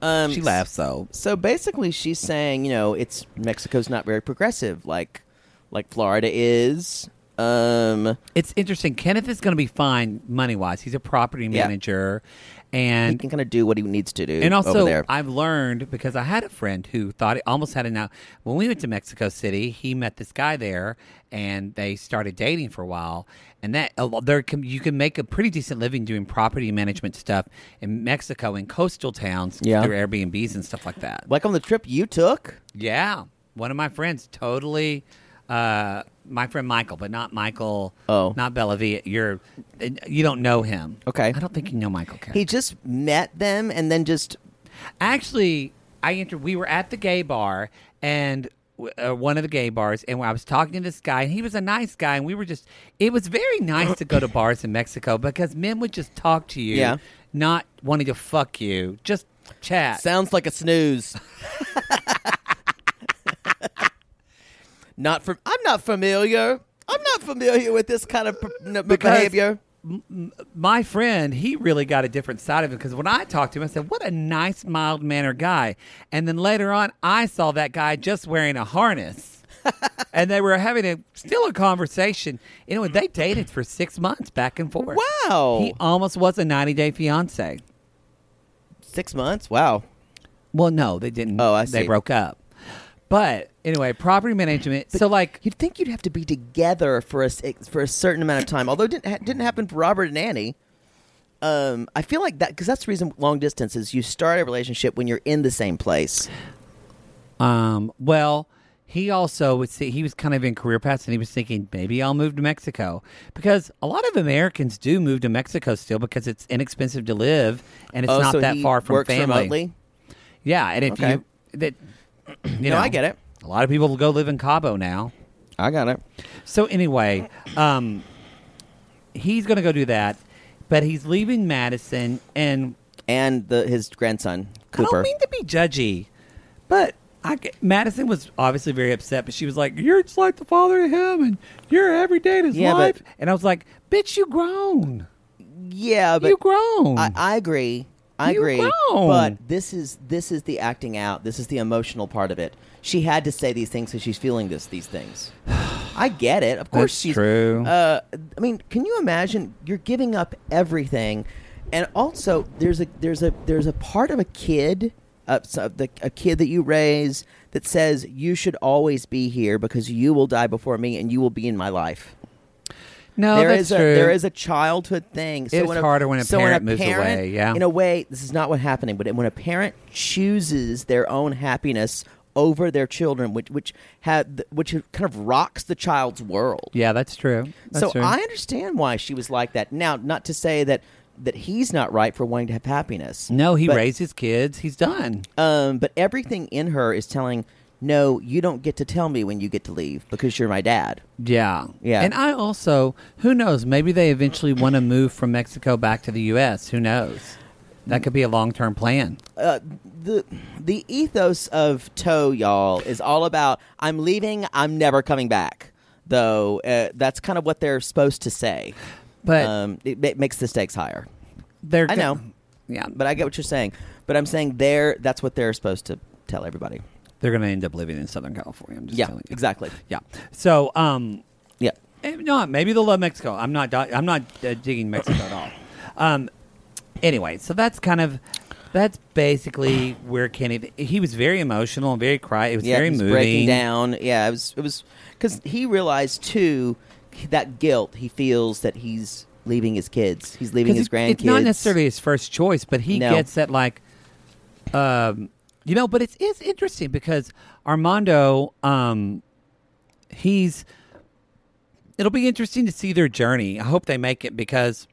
C: Um,
D: she laughs though.
C: So basically, she's saying, you know, it's Mexico's not very progressive, like like Florida is. Um,
D: It's interesting. Kenneth is going to be fine money wise. He's a property
C: Yeah.
D: manager,
C: he
D: and
C: can kind of do what he needs to do.
D: And also,
C: over there.
D: I've learned because I had a friend who thought it almost had it now. When we went to Mexico City, he met this guy there, and they started dating for a while. And that a lo- there can, you can make a pretty decent living doing property management stuff in Mexico in coastal towns
C: Yeah.
D: through Airbnbs and stuff like that.
C: like on the trip you took.
D: Yeah, one of my friends totally. Uh, my friend Michael, but not Michael.
C: Oh.
D: not Bellavia. You're, you don't know him.
C: Okay.
D: I don't think you know Michael. Kennedy.
C: He just met them and then just
D: Actually, I entered. We were at the gay bar and uh, one of the gay bars, and I was talking to this guy, and he was a nice guy, and we were just. It was very nice to go to bars in Mexico because men would just talk to you
C: Yeah.
D: not wanting to fuck you. Just chat.
C: Sounds like a
D: [laughs]
C: snooze. not from. I'm not familiar. I'm not familiar with this kind of p- n- behavior.
D: m- m- my friend, he really got a different side of him because when I talked to him, I said, "What a nice, mild mannered guy." And then later on, I saw that guy just wearing
C: [laughs]
D: a harness, and they were having a still a conversation. You know, they dated for six months back and forth.
C: Wow.
D: he almost was a ninety day fiance.
C: Six months? Wow.
D: Well, no, they didn't.
C: Oh, I
D: They
C: see.
D: broke up. But anyway, property management. so like,
C: you'd think you'd have to be together for a s- for a certain amount of time. Although it didn't ha- didn't happen for Robert and Annie. Um, I feel like that because that's the reason long distance is you start a relationship when you're in the same place.
D: Um, well, he also would see he was kind of in career paths and he was thinking maybe I'll move to Mexico because a lot of Americans do move to Mexico still because it's inexpensive to live and it's
C: Oh,
D: not
C: so
D: that
C: he
D: far from
C: works
D: family.
C: remotely?
D: Yeah, and if
C: Okay.
D: you that
C: No,
D: you know
C: I get it.
D: A lot of people go live in Cabo now.
C: I got it.
D: So anyway, um, he's going to go do that, but he's leaving Madison and
C: and the his grandson
D: I
C: Cooper.
D: don't mean to be judgy, but I get- Madison was obviously very upset, but she was like, "You're just like the father of him, and you're every day in his
C: Yeah,
D: life."
C: but-
D: and I was like, "Bitch, you grown."
C: Yeah, but
D: You grown.
C: I, I agree. I
D: You
C: agree.
D: grown.
C: But this is this is the acting out. This is the emotional part of it. She had to say these things because she's feeling this these things. [sighs] I get it. Of course,
D: That's
C: she's
D: true.
C: Uh, I mean, can you imagine? You're giving up everything, and also there's a there's a there's a part of a kid, uh, so the, a kid that you raise that says you should always be here because you will die before me and you will be in my life.
D: No,
C: There
D: Oh, that's
C: is a
D: true.
C: there is a childhood thing.
D: It's harder when a
C: so
D: parent moves
C: parent-
D: away, yeah.
C: in a way, this is not what's happening. But when a parent chooses their own happiness over their children, which which had which kind of rocks the child's world.
D: yeah, that's true. That's
C: so
D: true.
C: I understand why she was like that. Now, not to say that that he's not right for wanting to have happiness.
D: no, he
C: but,
D: raised his kids. He's done.
C: Um, but everything in her is telling, no, you don't get to tell me when you get to leave because you're my dad.
D: Yeah.
C: Yeah.
D: And I also, who knows, maybe they eventually want to move from Mexico back to the U.S. Who knows? That could be a long term plan.
C: uh, the the ethos of Toe, y'all, is all about I'm leaving, I'm never coming back. Though uh, that's kind of what they're supposed to say,
D: But-
C: um, it, ma- makes the stakes higher.
D: They're
C: I know,
D: yeah,
C: but I get what you're saying. But I'm saying they're that's what they're supposed to tell everybody.
D: They're going to end up living in Southern California. I'm just
C: yeah,
D: telling you.
C: exactly.
D: Yeah. So, um,
C: yeah,
D: no, maybe they'll love Mexico. I'm not. di- I'm not uh, digging Mexico at all. Um, anyway, so that's kind of that's basically where Kenny. He was very emotional and very cry. It was
C: yeah,
D: very
C: he was
D: moving.
C: breaking down. Yeah, it was it was because he realized too that guilt he feels that he's leaving his kids, he's leaving
D: 'Cause
C: his
D: it-
C: grandkids.
D: It's not necessarily his first choice, but he
C: No.
D: gets that like, um, you know. But it's it's interesting because Armando, um, he's. It'll be interesting to see their journey. I hope they make it because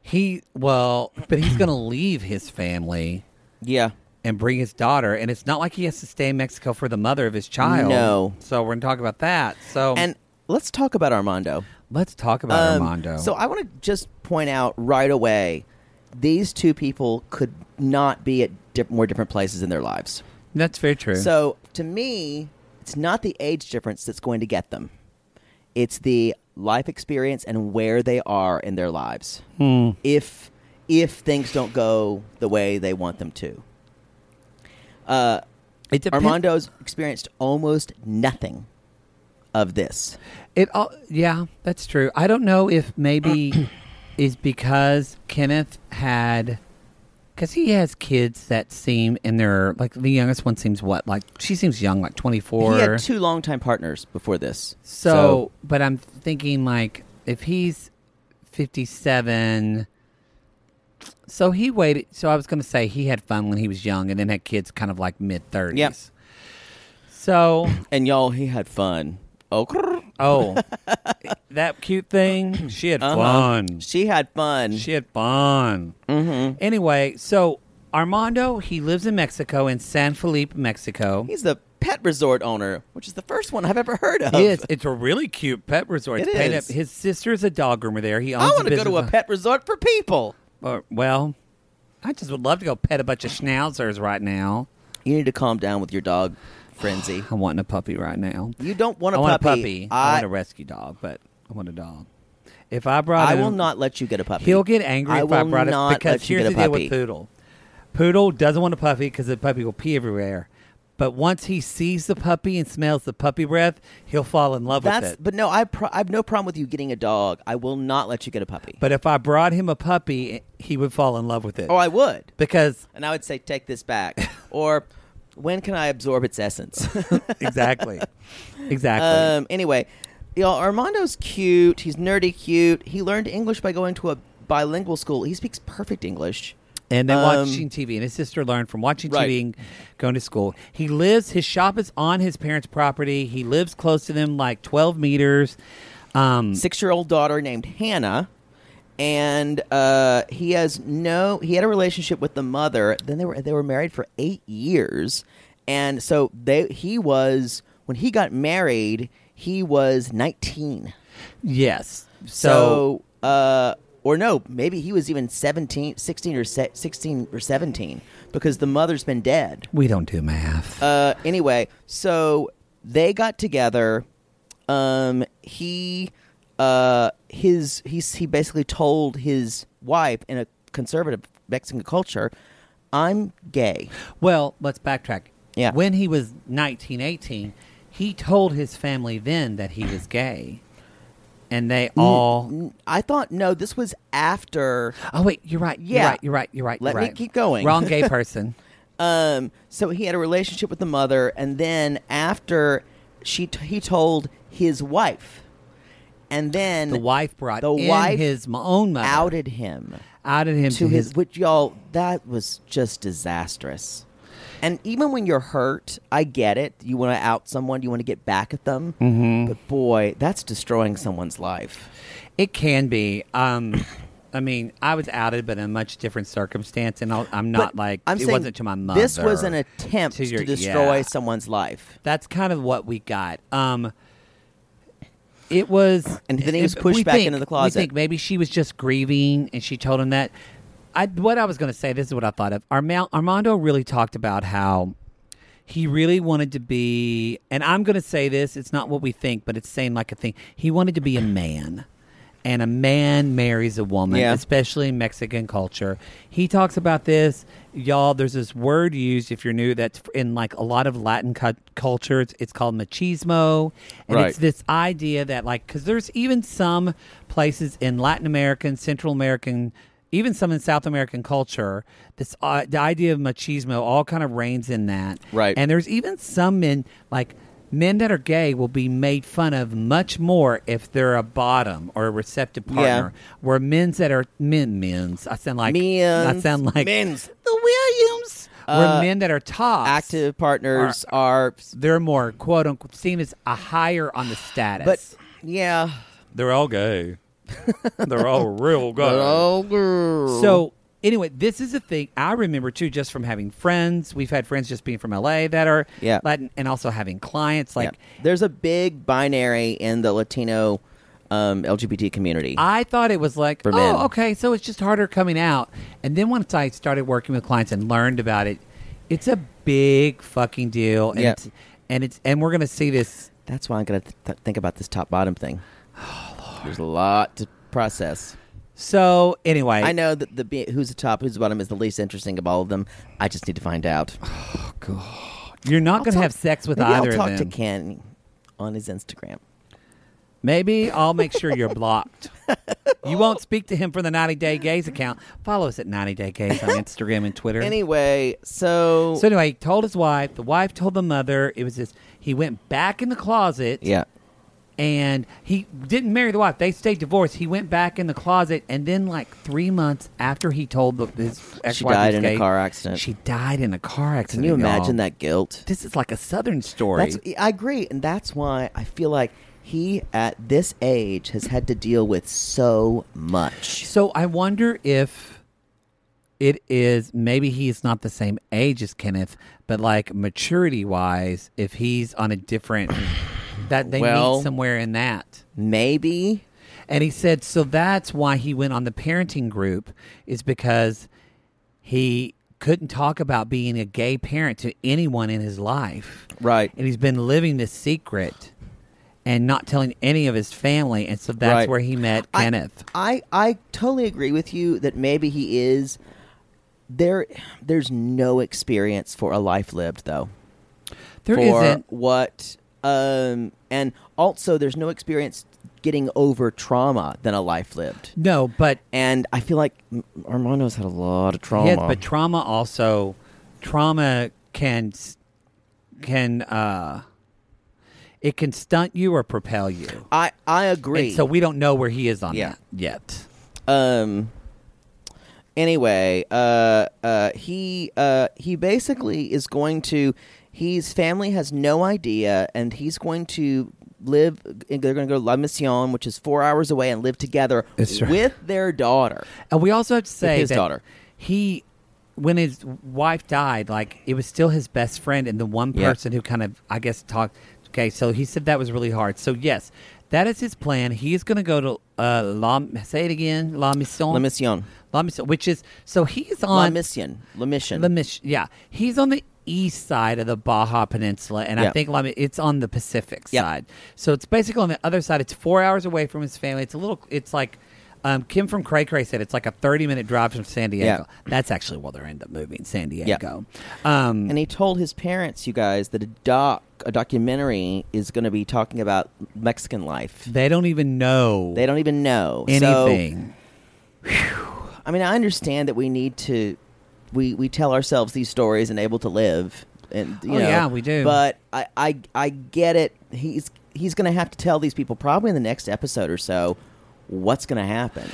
D: he well, but
C: [clears throat]
D: he's going to leave his family.
C: Yeah.
D: And bring his daughter, and it's not like he has to stay in Mexico for the mother of his child.
C: No.
D: so we're gonna talk about that. So,
C: And let's talk about Armando.
D: Let's talk about
C: Um,
D: Armando.
C: So I want to just point out right away, these two people could not be at di- more different places in their lives.
D: that's very true.
C: So to me, it's not the age difference that's going to get them. It's the life experience and where they are in their lives.
D: Hmm.
C: If if things don't go the way they want them to. Uh, Armando's experienced almost nothing of this.
D: It all, yeah, that's true. I don't know if
C: [clears throat]
D: maybe is because Kenneth had, because he has kids that seem in their like the youngest one seems what like she seems young like twenty four.
C: he had two longtime partners before this.
D: So, but I'm thinking like if he's 57 so he waited so I was going to say he had fun when he was young and then had kids kind of like mid 30s.
C: Yep.
D: So
C: and y'all he had fun. Oh. crrr.
D: Oh. that cute thing, she had
C: Uh-huh.
D: fun.
C: She had fun.
D: She had fun. Mm-hmm. Anyway, so Armando, he lives in Mexico in San Felipe, Mexico.
C: He's the pet resort owner, which is the first one I've ever heard of.
D: It is. It's a really cute pet resort.
C: It
D: It's painted
C: is.
D: His sister's a dog groomer there. He
C: I
D: owns
C: want to go
D: business
C: to a
D: of-
C: pet resort for people.
D: Or, well, I just would love to go pet a bunch of schnauzers right now.
C: You need to calm down with your dog frenzy.
D: I'm wanting a puppy right now.
C: You don't want
D: I
C: a
D: want
C: puppy.
D: a puppy. I,
C: I-
D: want a rescue dog, but I want a dog. If I brought,
C: I
D: in-
C: will not let you get a puppy.
D: He'll get angry
C: I
D: if I
C: will
D: brought
C: not
D: it because
C: let you
D: here's
C: get
D: the
C: a
D: deal
C: puppy.
D: with poodle. Poodle doesn't want a puppy because the puppy will pee everywhere. But once he sees the puppy and smells the puppy breath, he'll fall in love
C: That's
D: with it.
C: but no, I pro- I have no problem with you getting a dog. I will not let you get a puppy.
D: But if I brought him a puppy, he would fall in love with it.
C: Oh, I would.
D: [laughs] because
C: And I would say take this
D: [laughs]
C: back or when can I absorb its essence? [laughs]
D: exactly, exactly.
C: Um, anyway, y'all, Armando's cute. He's nerdy cute. He learned English by going to a bilingual school. He speaks perfect English.
D: and then
C: um,
D: watching TV. And his sister learned from watching
C: Right.
D: TV and going to school. He lives. His shop is on his parents' property. He lives close to them, like twelve meters. Um,
C: Six-year-old daughter named Hannah. And uh, he has no. He had a relationship with the mother. Then they were they were married for eight years, and so they he was when he got married he was nineteen.
D: Yes.
C: So, uh, or no, maybe he was even 17, 16 or se- 16 or 17 because the mother's been dead.
D: We don't do math.
C: Uh, anyway, so they got together. Um, he, uh, his, he's, he basically told his wife in a conservative Mexican culture, I'm gay.
D: Well, let's backtrack.
C: Yeah.
D: When he was 19, 18, he told his family then that he was gay. And they all.
C: I thought, no, this was after.
D: Oh, wait, you're right.
C: Yeah.
D: You're right. You're right. You're right.
C: Let
D: you're
C: me
D: right.
C: keep going. [laughs]
D: Wrong gay person.
C: Um, so he had a relationship with the mother, and then after she, t- he told his wife, and then
D: The wife brought
C: the
D: in
C: wife
D: his m- own mother.
C: outed him
D: outed him
C: to his, which y'all that was just disastrous. And even when you're hurt, I get it. You want to out someone, you want to get back at them,
D: Mhm.
C: but boy, that's destroying someone's life.
D: It can be. Um, I mean, I was outed, but in a much different circumstance, and I'll, I'm not
C: But
D: like
C: I'm
D: it
C: saying
D: wasn't to my mother.
C: This was an attempt to,
D: your-
C: destroy
D: yeah.
C: someone's life.
D: That's kind of what we got. Um, it was,
C: And then he
D: it-
C: was pushed
D: we
C: back
D: think-
C: into the closet.
D: We think maybe she was just grieving, and she told him that. I what I was going to say. This is what I thought of. Arma- Armando really talked about how he really wanted to be, and I'm going to say this. It's not what we think, but it's saying like a thing. He wanted to be a man. And a man marries a woman,
C: Yeah.
D: especially in Mexican culture. He talks about this, y'all. There's this word used if you're new that's in like a lot of Latin cu- cultures. It's called machismo, and
C: Right.
D: it's this idea that like because there's even some places in Latin American, Central American, even some in South American culture, this uh, the idea of machismo all kind of reigns in that.
C: Right.
D: And there's even some men like men that are gay will be made fun of much more if they're a bottom or a receptive
C: Yeah.
D: partner. Where men's that are men men's. I sound like I
C: Men's.
D: sound like [laughs]
C: Men's.
D: the Williams. Where
C: Uh,
D: men that are tops
C: Active partners are
D: they're more quote unquote seen as a higher on the status.
C: But yeah,
D: They're
C: [laughs]
D: all gay. They're all real gay.
C: So
D: So anyway, this is a thing I remember too, just from having friends. We've had friends just being from LA that are
C: Yeah.
D: Latin, and also having clients. Like
C: there's a big binary in the Latino um, LGBT community.
D: I thought it was like,
C: For
D: oh,
C: men.
D: okay, so it's just harder coming out. And then once I started working with clients and learned about it, it's a big fucking deal. And
C: Yeah.
D: it's, and it's and we're gonna see this.
C: That's why I'm gonna th- th- think about this top bottom thing. There's a lot to process.
D: So anyway,
C: I know that the be- who's the top, who's the bottom is the least interesting of all of them. I just need to find out.
D: you're not
C: I'll
D: gonna
C: talk-
D: have sex [sighs] with
C: Maybe
D: either
C: I'll talk
D: of them.
C: to Ken on his Instagram.
D: Maybe I'll make
C: [laughs]
D: sure you're blocked. You won't speak to him for the 90 Day Gaze account. Follow us at 90 Day Gaze on Instagram and Twitter.
C: Anyway, so,
D: so anyway, he told his wife. The wife told the mother. It was this. He went back in the closet.
C: yeah,
D: And he didn't marry the wife. They stayed divorced. He went back in the closet, and then like three months after he told the, his ex-wife
C: she
D: he was
C: died in
D: gay,
C: a car accident.
D: She died in a car
C: Can
D: accident.
C: you imagine
D: y'all.
C: that guilt?
D: This is like a Southern story.
C: That's, I agree, and that's why I feel like he at this age has had to deal with so much.
D: So I wonder if it is maybe he is not the same age as Kenneth, but like maturity wise, if he's on a different that they
C: Well-
D: meet somewhere in that.
C: Maybe
D: And he said, so that's why he went on the parenting group, is because he couldn't talk about being a gay parent to anyone in his life.
C: Right.
D: And he's been living this secret and not telling any of his family. And so that's
C: Right.
D: where he met
C: I-
D: Kenneth.
C: I, I totally agree with you that maybe he is there there's no experience for a life lived though.
D: There
C: There
D: isn't.
C: what um and also there's no experience getting over trauma than a life lived.
D: No, but
C: and I feel like M- Armando's had a lot of trauma.
D: Yeah, but trauma also trauma can s- can uh it can stunt you or propel you.
C: I I agree.
D: And so we don't know where he is on
C: Yeah.
D: that yet.
C: Um. Anyway, uh, uh, he uh, he basically is going to. His family has no idea, and he's going to live. They're going to go to La Mission, which is four hours away, and live together
D: That's right.
C: with their daughter.
D: And we also have to say
C: his
D: that
C: daughter.
D: He when his wife died, like it was still his best friend and the one
C: Yeah.
D: person who kind of I guess talked okay, so he said that was really hard. So yes, that is his plan. He is gonna go to uh La say it again, La Mission.
C: La Mission.
D: La Mission, which is so he is on
C: La Mission. La Mission.
D: La Mission. Yeah, he's on the east side of the Baja Peninsula, and I
C: Yeah.
D: think La, Mi- it's on the Pacific
C: Yeah.
D: side. So it's basically on the other side. It's four hours away from his family. It's a little. It's like um, Kim from Cray Cray said. It's like a thirty-minute drive from San Diego. That's actually where they're end up moving, San Diego. Um,
C: and he told his parents, you guys, that a doc, a documentary, is going to be talking about Mexican life.
D: They don't even know.
C: They don't even know So-
D: anything.
C: I mean, I understand that we need to we we tell ourselves these stories and able to live, and you
D: Oh,
C: know,
D: yeah, we do.
C: But I I, I get it. He's he's going to have to tell these people probably in the next episode or so what's going to happen.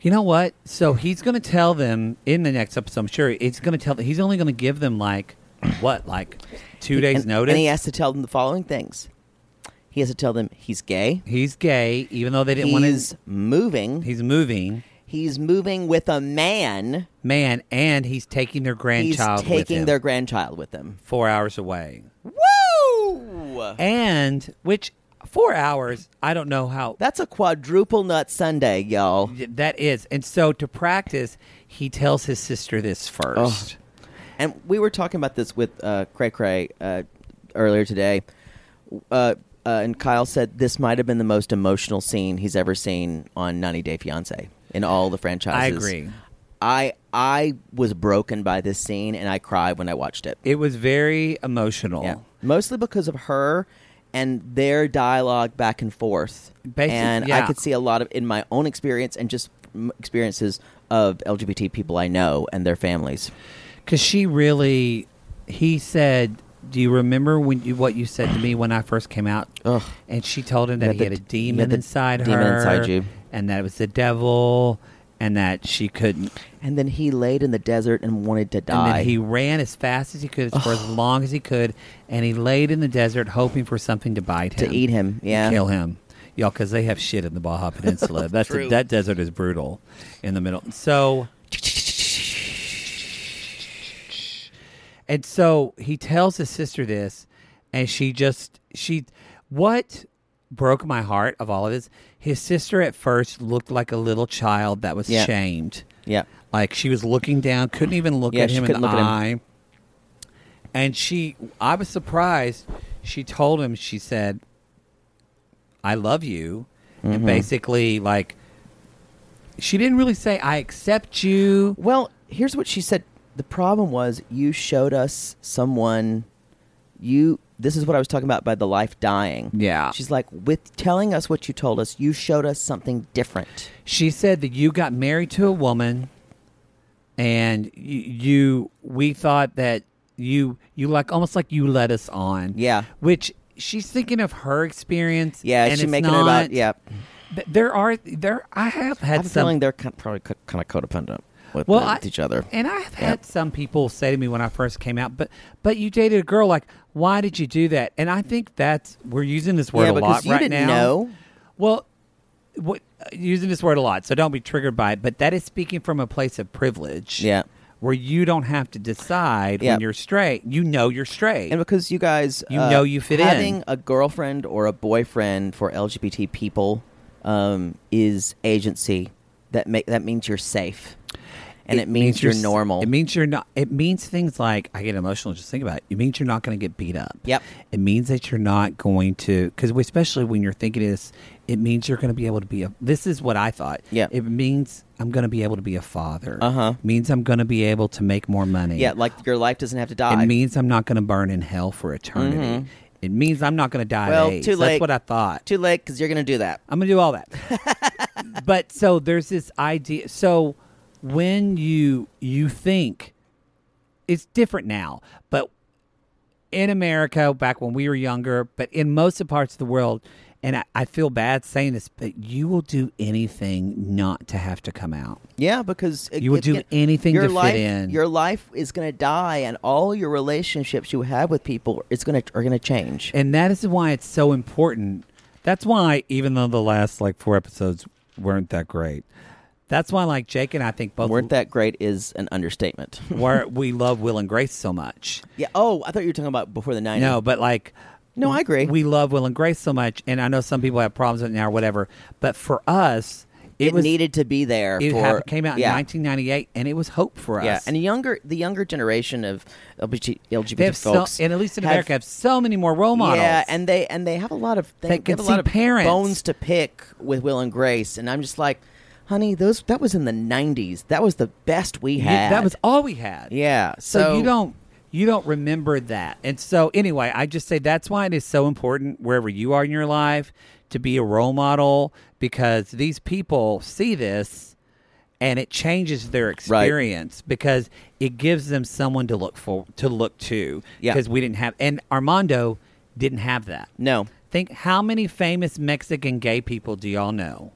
D: You know what? So he's going to tell them in the next episode. I'm sure it's going to tell. He's only going to give them like what, like two days
C: and,
D: notice.
C: and he has to tell them the following things. He has to tell them he's gay.
D: He's gay, even though they didn't want
C: He's
D: to.
C: moving.
D: He's moving,
C: He's moving with a man.
D: man, and he's taking their
C: He's
D: grandchild. with
C: taking
D: him
C: their grandchild with him.
D: four hours away,
C: Woo!
D: and which four hours? I don't know how
C: That's a quadruple nut Sunday, y'all.
D: that is. And so to practice, he tells his sister this first.
C: Oh, And we were talking about this with uh, Cray Cray uh, earlier today. Uh, uh, and Kyle said this might have been the most emotional scene he's ever seen on 90 Day Fiancé in all the franchises.
D: agree.
C: I I was broken by this scene and I cried when I watched it.
D: It was very emotional.
C: Yeah. Mostly because of her and their dialogue back and forth.
D: Basic-
C: and
D: yeah.
C: I could see a lot of in my own experience and just m- experiences of LGBT people I know and their families.
D: Because she really, he said, "Do you remember when you what you said to me when I first came out?"
C: Ugh.
D: And she told him that
C: had
D: he
C: the
D: had a
C: d- you had
D: demon
C: the
D: inside
C: demon
D: her,
C: inside you.
D: and that it was the devil, and that she couldn't.
C: And then he laid in the desert and wanted to
D: And
C: die.
D: then he ran as fast as he could, as for as long as he could, and he laid in the desert hoping for something to bite
C: To
D: him,
C: eat him,
D: to
C: yeah.
D: kill him, y'all, because they have shit in the Baja
C: [laughs]
D: Peninsula. That's
K: True.
D: that desert is brutal in the middle. So, and so he tells his sister this, and she just she what broke my heart of all of this. His sister at first looked like a little child that was
C: Yeah.
D: shamed.
C: yeah.
D: Like she was looking down, couldn't even look
C: Yeah,
D: at
C: she
D: him in
C: couldn't
D: the
C: look at him.
D: eye. And she, I was surprised. She told him, she said, I love you.
C: Mm-hmm.
D: And basically, like, she didn't really say, I accept you.
C: Well, here's what she said. The problem was you showed us someone you this is what I was talking about by the life dying.
D: Yeah.
C: She's like, with telling us what you told us, you showed us something different.
D: She said that you got married to a woman and y- you, we thought that you, you like, almost like you led us on.
C: Yeah.
D: Which she's thinking of her experience.
C: Yeah,
D: and
C: she
D: it's
C: making it
D: not-
C: about yeah.
D: Th- There are there. I have
C: I
D: had
C: have a
D: some.
C: feeling they're kind probably co- kind of codependent with,
D: well,
C: with
D: I-
C: each other.
D: And I've
C: Yeah.
D: had some people say to me when I first came out, but but you dated a girl. Like, why did you do that? And I think that's we're using this word
C: Yeah,
D: a lot
C: because you
D: right
C: didn't
D: now.
C: know.
D: Well, what, using this word a lot, so don't be triggered by it. But that is speaking from a place of privilege.
C: Yeah.
D: Where you don't have to decide
C: Yeah.
D: when you're straight. You know you're straight.
C: And because you guys,
D: You
C: uh,
D: know you fit in.
C: having a girlfriend or a boyfriend for LGBT people um, is agency. That make that means you're safe, and it, means, you're,
D: s-
C: normal.
D: It means you're not. It means things like I get emotional just think about it. It means you're not going to get beat up.
C: Yep.
D: It means that you're not going to because especially when you're thinking this, it means you're going to be able to be a. This is what I thought.
C: Yeah.
D: It means I'm going to be able to be a father.
C: Uh-huh.
D: Means I'm going to be able to make more money.
C: yeah, like your life doesn't have to die.
D: It means I'm not going to burn in hell for
C: Mhm.
D: eternity. It means I'm not going to die.
C: well,
D: of AIDS.
C: too late.
D: That's what I thought.
C: Too late because you're going to do that.
D: I'm gonna do
C: [laughs]
D: all that. but so there's this idea. So when you you think it's different now, but in America, back when we were younger, but in most of parts of the world, and I, I feel bad saying this, but you will do anything not to have to come out.
C: Yeah, because it-
D: You will
C: it's
D: do
C: gonna-
D: anything
C: your
D: to fit
C: life,
D: in.
C: Your life is going to die, and all your relationships you have with people is going to are going to change.
D: And that is why it's so important. That's why, even though the last like four episodes weren't that great, that's why like Jake and I think both
C: Weren't that great is an understatement. [laughs]
D: where we love Will and Grace so much.
C: yeah. Oh, I thought you were talking about before the nineties.
D: No, but like,
C: No, I agree.
D: We love Will and Grace so much, and I know some people have problems with it now or whatever. But for us, it,
C: it,
D: was
C: needed to be there.
D: It
C: for,
D: happened- came out
C: yeah.
D: in 1998, and it was hope for us.
C: Yeah, and younger the younger generation of LGBT,
D: they have so,
C: folks,
D: and at least in
C: have-
D: America, have so many more role models.
C: Yeah, and they and they have a lot of they
D: That can
C: have a lot
D: see
C: of
D: parents.
C: bones to pick with Will and Grace, and I'm just like, honey, those that was in the '90s. That was the best we
D: You-
C: had.
D: that was all we had.
C: yeah.
D: So,
C: So,
D: you don't you don't remember that. And so anyway, I just say that's why it is so important wherever you are in your life to be a role model because these people see this and it changes their experience because it gives them someone to look for to look to
C: Yeah.
D: because we didn't have and Armando didn't have that.
C: no
D: Think how many famous Mexican gay people do y'all know?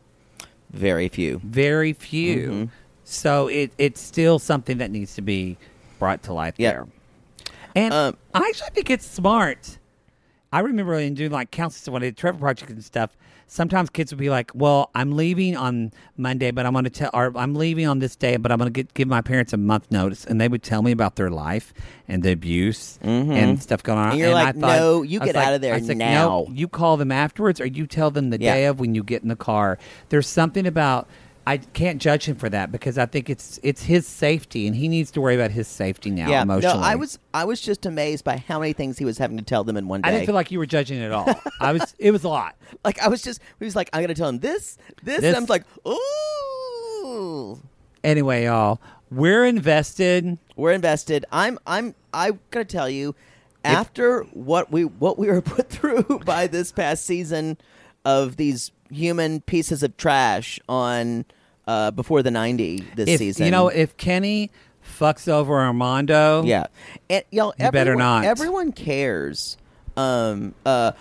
C: very few.
D: Very few. So it it's still something that needs to be brought to light
C: Yeah.
D: there. And
C: Um,
D: I actually think it's smart. I remember in doing like counseling when I did Trevor Project and stuff, sometimes kids would be like, Well, I'm leaving on Monday, but I'm gonna tell or I'm leaving on this day, but I'm gonna get, give my parents a month notice and they would tell me about their life and the abuse and stuff going on.
C: Mm-hmm. And you're like,
D: I thought,
C: "No, you
D: I was
C: get
D: like-
C: out of there
D: I was like,
C: now."
D: "No, you call them afterwards or you tell them the
C: Yeah.
D: day of when you get in the car. There's something about I can't judge him for that because I think it's it's his safety and he needs to worry about his safety now
C: yeah,
D: emotionally.
C: no, I was I was just amazed by how many things he was having to tell them in one day.
D: I didn't feel like you were judging
C: [laughs]
D: at all. I was it was a lot.
C: Like, I was just he was like, I'm gonna tell him this, this,
D: This-
C: and I'm like, ooh.
D: Anyway, y'all, we're invested.
C: We're invested. I'm I'm I'm gonna tell you, after what we what we were [laughs] put through by this past season of these human pieces of trash on uh, before the ninety this
D: If,
C: season.
D: You know, if Kenny fucks over Armando,
C: Yeah, and y'all,
D: You better
C: everyone-
D: not.
C: Everyone cares. Um, uh,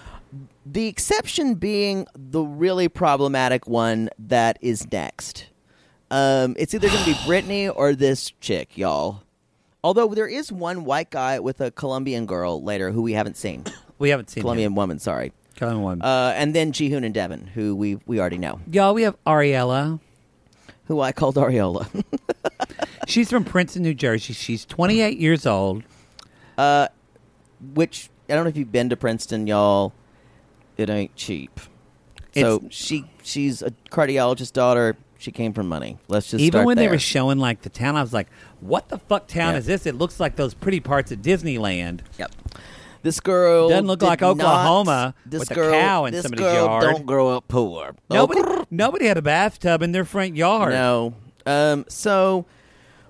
C: the exception being the really problematic one that is next. Um, it's either
D: [sighs]
C: going to be Britney or this chick, y'all. Although there is one white guy with a Colombian girl later who we haven't
D: [coughs]
C: seen,
D: we haven't seen
C: Colombian
D: him.
C: woman, sorry.
D: Colombian one.
C: Uh, and then Jihoon and Devin, who we we already know,
D: y'all, we have Ariella.
C: who I called Ariola. [laughs]
D: She's from Princeton, New Jersey. She's 28 years old.
C: which I don't know if you've been to Princeton, y'all. It ain't cheap. So
D: It's-
C: she she's a cardiologist's daughter. She came from money. Let's just
D: Even
C: start
D: when they
C: there.
D: were showing like the town, I was like, "What the fuck town
C: Yeah.
D: is this? It looks like those pretty parts of Disneyland."
C: yep. This girl
D: Doesn't look
C: did
D: like
C: not-
D: Oklahoma
C: this
D: with a
C: girl,
D: cow in
C: this
D: somebody's
C: girl
D: yard.
C: Don't grow up poor.
D: Nobody,
C: Oh,
D: nobody had a bathtub in their front yard.
C: No. Um, so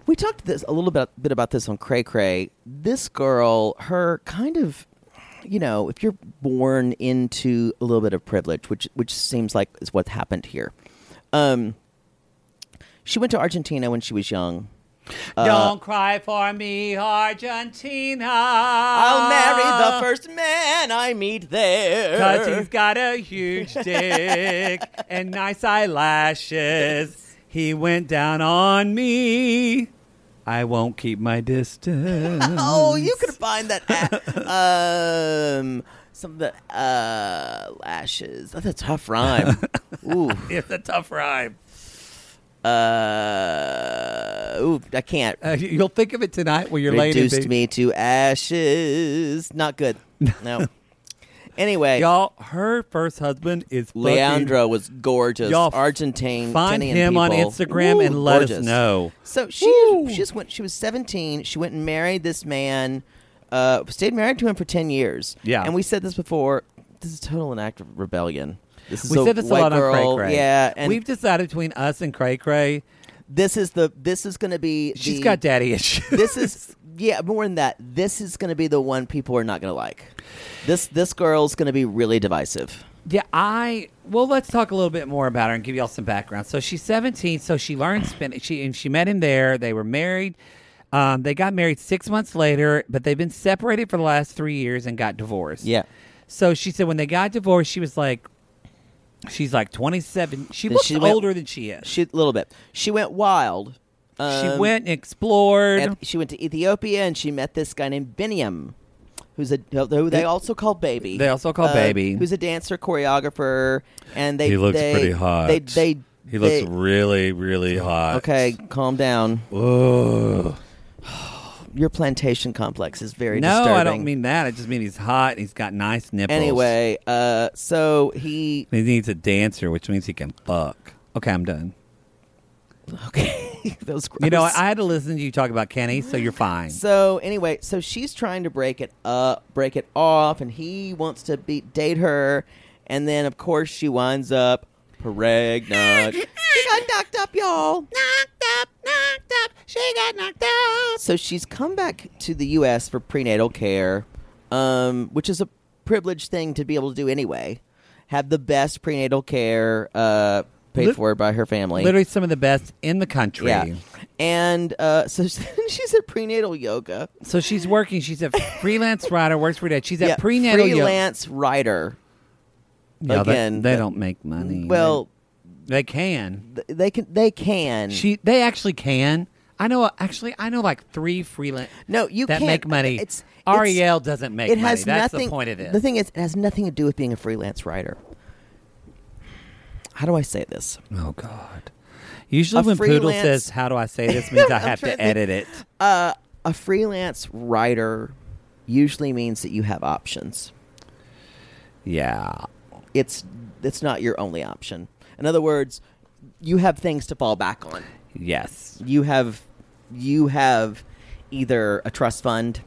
C: we talked this a little bit, bit about this on Cray Cray. This girl, her kind of, you know, if you're born into a little bit of privilege, which which seems like is what happened here. Um, she went to Argentina when she was young. uh,
D: Don't cry for me, Argentina.
C: I'll marry the first man I meet there.
D: Cause he's got a [laughs] huge dick and nice eyelashes. He went down on me. I won't keep my [laughs] distance.
C: Oh, you could find that. a- um, some of the uh, lashes. That's a tough rhyme. Ooh.
D: It's a tough rhyme.
C: Uh, ooh, I can't.
D: Uh, you- you'll think of it tonight when you're late. [laughs]
C: Reduced me to ashes. Not good. No. Anyway,
D: y'all, her first husband is fucking-
C: Leandro was gorgeous.
D: Y'all f-
C: Argentine.
D: Find
C: Tinian
D: him on
C: people.
D: Instagram
C: Ooh,
D: and let us
C: gorgeous.
D: know.
C: So she she just went. She was seventeen. She went and married this man. Uh, stayed married to him for ten years.
D: Yeah.
C: and we said this before. This is total an act of rebellion. This is
D: we
C: a
D: said this a
C: white
D: lot
C: girl.
D: on Cray Cray.
C: Yeah, and
D: we've decided between us and Cray Cray,
C: this is the this is going to be.
D: She's
C: the-
D: got daddy issues.
C: This is yeah more than that. This is going to be the one people are not going to like. This this girl's going to be really divisive.
D: Yeah, I well, let's talk a little bit more about her and give y'all some background. So she's 17, so she learned Spanish. She and she met him there. They were married. Um, they got married six months later, but they've been separated for the last three years and got divorced.
C: Yeah.
D: So she said when they got divorced, she was like, she's like 27. She
C: Then
D: looks
C: she went-
D: older than she is.
C: She a little bit. She went wild. Um,
D: she went and explored.
C: and she went to Ethiopia and she met this guy named Biniam, who's a who they also call Baby. Uh,
D: They also call Baby.
C: who's a dancer choreographer, and they
L: He looks
C: they-
L: pretty hot.
C: They they
L: He looks
C: they-
L: really, really hot.
C: okay. Calm down. Your plantation complex is very
D: no,
C: disturbing.
D: I don't mean that. I just mean he's hot. He's got nice nipples.
C: Anyway, uh, so he
D: he needs a dancer, which means he can fuck. Okay, I'm done.
C: okay. [laughs] Those gross.
D: You know, I, I had to listen to you talk about Kenny, so you're fine.
C: So anyway, so she's trying to break it up, break it off, and he wants to be date her, and then of course she winds up pregnant. she got knocked up, y'all. Knocked up, knocked up. She got knocked up. So she's come back to the U.S. for prenatal care, um, which is a privileged thing to be able to do anyway. Have the best prenatal care uh, paid
D: Lit-
C: for by her family.
D: Literally some of the best in the country.
C: Yeah. And uh, so [laughs] she's at prenatal yoga.
D: So she's working. She's a freelance writer, works for dad. She's at
C: Yeah,
D: prenatal yo-
C: freelance writer.
D: Yeah, they-
C: Again,
D: they,
C: that-
D: don't make money.
C: Well,
D: they, they can.
C: th- they can. They can.
D: She they actually can. I know actually I know like three freelance
C: no, you
D: that
C: can't.
D: make money.
C: It's
D: Ariel
C: it's-
D: doesn't make
C: it
D: money.
C: Has
D: That's
C: nothing,
D: the point of this.
C: The thing is, it has nothing to do with being a freelance writer. How do I say this?
D: oh God. Usually
C: A
D: when Poodle
C: freelance-
D: says how do I
C: [laughs]
D: say this means I
C: I'm
D: have
C: trying
D: to
C: to think.
D: edit it.
C: Uh, a freelance writer usually means that you have options.
D: Yeah.
C: It's it's not your only option. In other words, you have things to fall back on.
D: Yes.
C: you have you have either a trust fund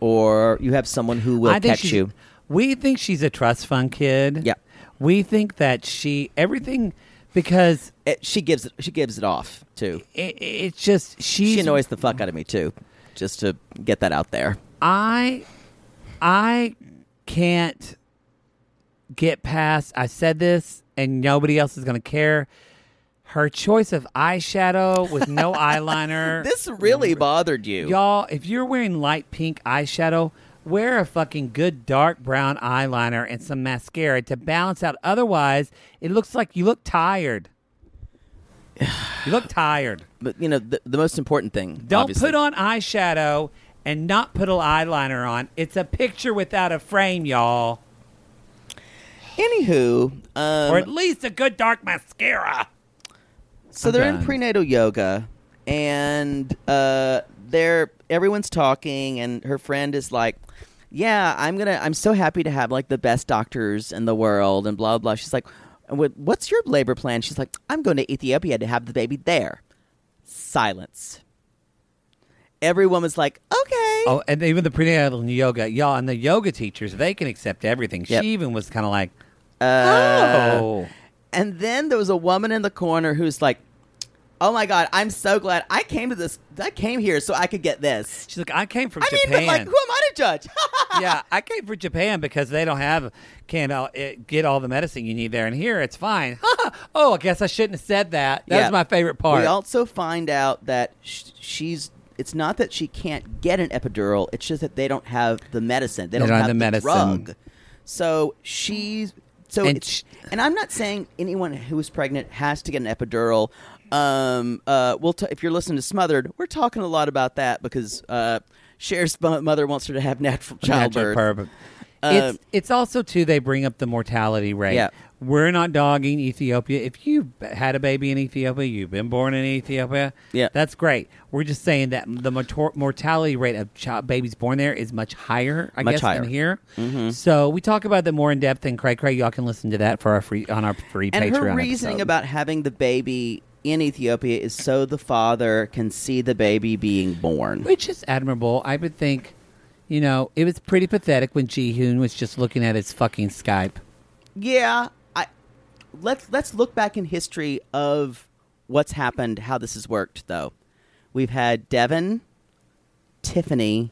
C: or you have someone who will
D: I think
C: catch
D: she's-
C: you.
D: We think she's a trust fund kid.
C: Yeah.
D: We think that she everything because
C: It, she gives it, she gives it off too.
D: it, it's just she's
C: She annoys the fuck out of me too. Just to get that out there.
D: I I can't get past I said this and nobody else is gonna care. Her choice of eyeshadow with
C: [laughs]
D: no eyeliner.
C: This really bothered you.
D: Y'all, if you're wearing light pink eyeshadow, wear a fucking good dark brown eyeliner and some mascara to balance out. Otherwise, it looks like you look tired. You look [sighs] tired.
C: But you know the, the most important thing.
D: Don't
C: obviously-
D: put on eyeshadow and not put an eyeliner on. It's a picture without a frame, y'all.
C: Anywho, um,
D: or at least a good dark mascara.
C: So they're in
D: done.
C: prenatal yoga, and uh, they're everyone's talking, and her friend is like, "Yeah, I'm gonna. I'm so happy to have like the best doctors in the world, and blah blah." She's like, "What- "What's your labor plan?" She's like, "I'm going to Ethiopia to have the baby there." Silence. Every woman's like, "Okay."
D: Oh, and even the prenatal yoga, y'all, and the yoga teachers, they can accept everything.
C: Yep.
D: She even was kind of like,
C: Uh,
D: oh.
C: And then there was a woman in the corner who's like, "Oh my god, I'm so glad I came to this. I came here so I could get this."
D: She's like, I came from
C: I mean,
D: Japan.
C: but like, who am I to judge? [laughs]
D: yeah, I came from Japan because they don't have can't all, it, get all the medicine you need there, and here it's fine. [laughs] oh, I guess I shouldn't have said that. That
C: Yeah.
D: was my favorite part.
C: We also find out that sh- she's. It's not that she can't get an epidural. It's just that they don't have the medicine. They,
D: They don't have the medicine.
C: drug. So she's. So
D: And
C: it's,
D: sh-
C: and I'm not saying anyone who is pregnant has to get an epidural. Um, uh, we'll t- if you're listening to Smothered, we're talking a lot about that because uh, Cher's mo- mother wants her to have natural
D: Natural
C: childbirth.
D: birth. it's it's also too they bring up the mortality rate.
M: Yeah.
D: We're not dogging Ethiopia. If you had a baby in Ethiopia, you've been born in Ethiopia.
M: Yeah.
D: that's great. We're just saying that the mortor- mortality rate of child babies born there is much higher. I
M: Much
D: guess
M: higher.
D: than here.
M: Mhm.
D: So we talk about that more in depth. And Cray Cray, y'all can listen to that for our free on our free
C: and
D: Patreon.
C: her reasoning
D: episode.
C: about having the baby in Ethiopia is so the father can see the baby being born.
D: Which is admirable. I would think, you know, it was pretty pathetic when Ji Hoon was just looking at his fucking Skype.
C: Yeah, I let's let's look back in history of what's happened, how this has worked though. We've had Devin, Tiffany,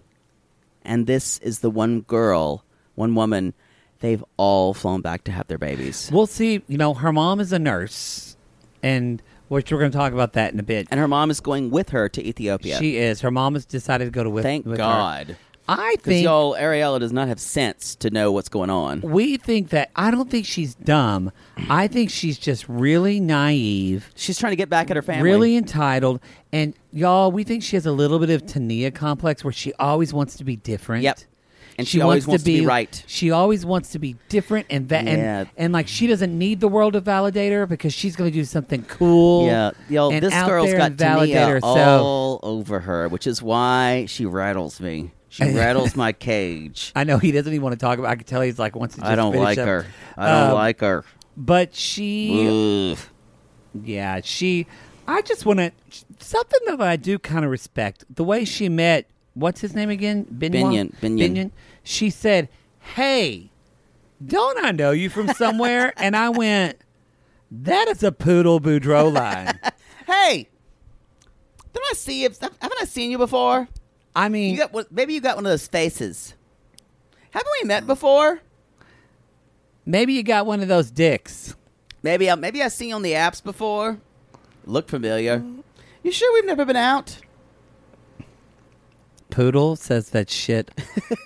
C: and this is the one girl, one woman. They've all flown back to have their babies.
D: We'll see. You know, her mom is a nurse, and which we're going to talk about that in a bit.
C: And her mom is going with her to Ethiopia.
D: She is. Her mom has decided to go to with.
C: Thank
D: with her.
C: God.
D: I
C: 'Cause
D: think
C: y'all Ariella does not have sense to know what's going on.
D: we think that I don't think she's dumb. I think she's just really naive.
C: She's trying to get back at her family.
D: Really entitled, and y'all, we think she has a little bit of Tania complex where she always wants to be different.
C: Yep. And she always wants to be right.
D: She always wants to be different, and that,
C: Yeah.
D: and, and like she doesn't need the world to validate her because she's going to do something cool.
C: Yeah, yo,
D: and
C: this
D: out
C: girl's
D: there
C: got
D: and validate
C: Tania
D: herself.
C: all over her, which is why she rattles me.
D: [laughs]
C: She rattles my cage.
D: I know he doesn't even want to talk about. I can tell he's like wants to. Just
C: I don't
D: finish
C: like
D: up.
C: her. I don't
D: Um,
C: like her.
D: But she,
C: Ugh.
D: yeah, she. I just want to something that I do kind of respect the way she met. What's his name again?
C: Binion, Binion.
D: She said, "Hey, don't I know you from somewhere?" and I went, "That is a poodle Boudreaux line."
C: Hey, did I see you? Haven't I seen you before?
D: I mean,
C: you got one, maybe you got one of those faces. Haven't we met before?
D: Maybe you got one of those dicks.
C: Maybe I maybe I seen you on the apps before. Look familiar.
D: Mm-hmm.
C: You sure we've never been out?
D: Poodle says that shit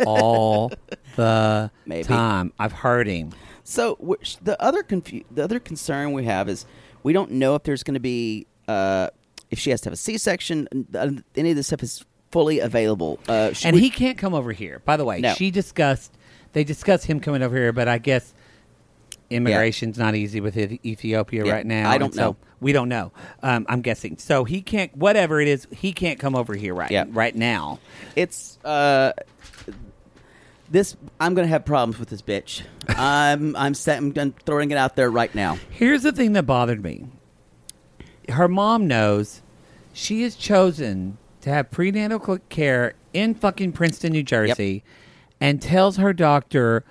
D: all the
C: Maybe.
D: time. I've heard him.
C: So wh- sh- the other confu- the other concern we have is we don't know if there's going to be uh, if she has to have a C-section. n- n- Any of this stuff is fully available. Uh, sh-
D: and
C: we-
D: he can't come over here. By the way,
C: No.
D: she discussed they discussed him coming over here, but I guess immigration's not easy with Eth- Ethiopia
C: Yeah,
D: right now.
C: I don't
D: and so
C: know.
D: We don't know. Um, I'm guessing. So he can't. Whatever it is, he can't come over here right
C: Yeah.
D: right now.
C: it's uh, this. I'm going to have problems with this
D: [laughs]
C: bitch. I'm I'm, set, I'm done throwing it out there right now.
D: Here's the thing that bothered me. Her mom knows she has chosen to have prenatal cl- care in fucking Princeton, New Jersey, and tells her doctor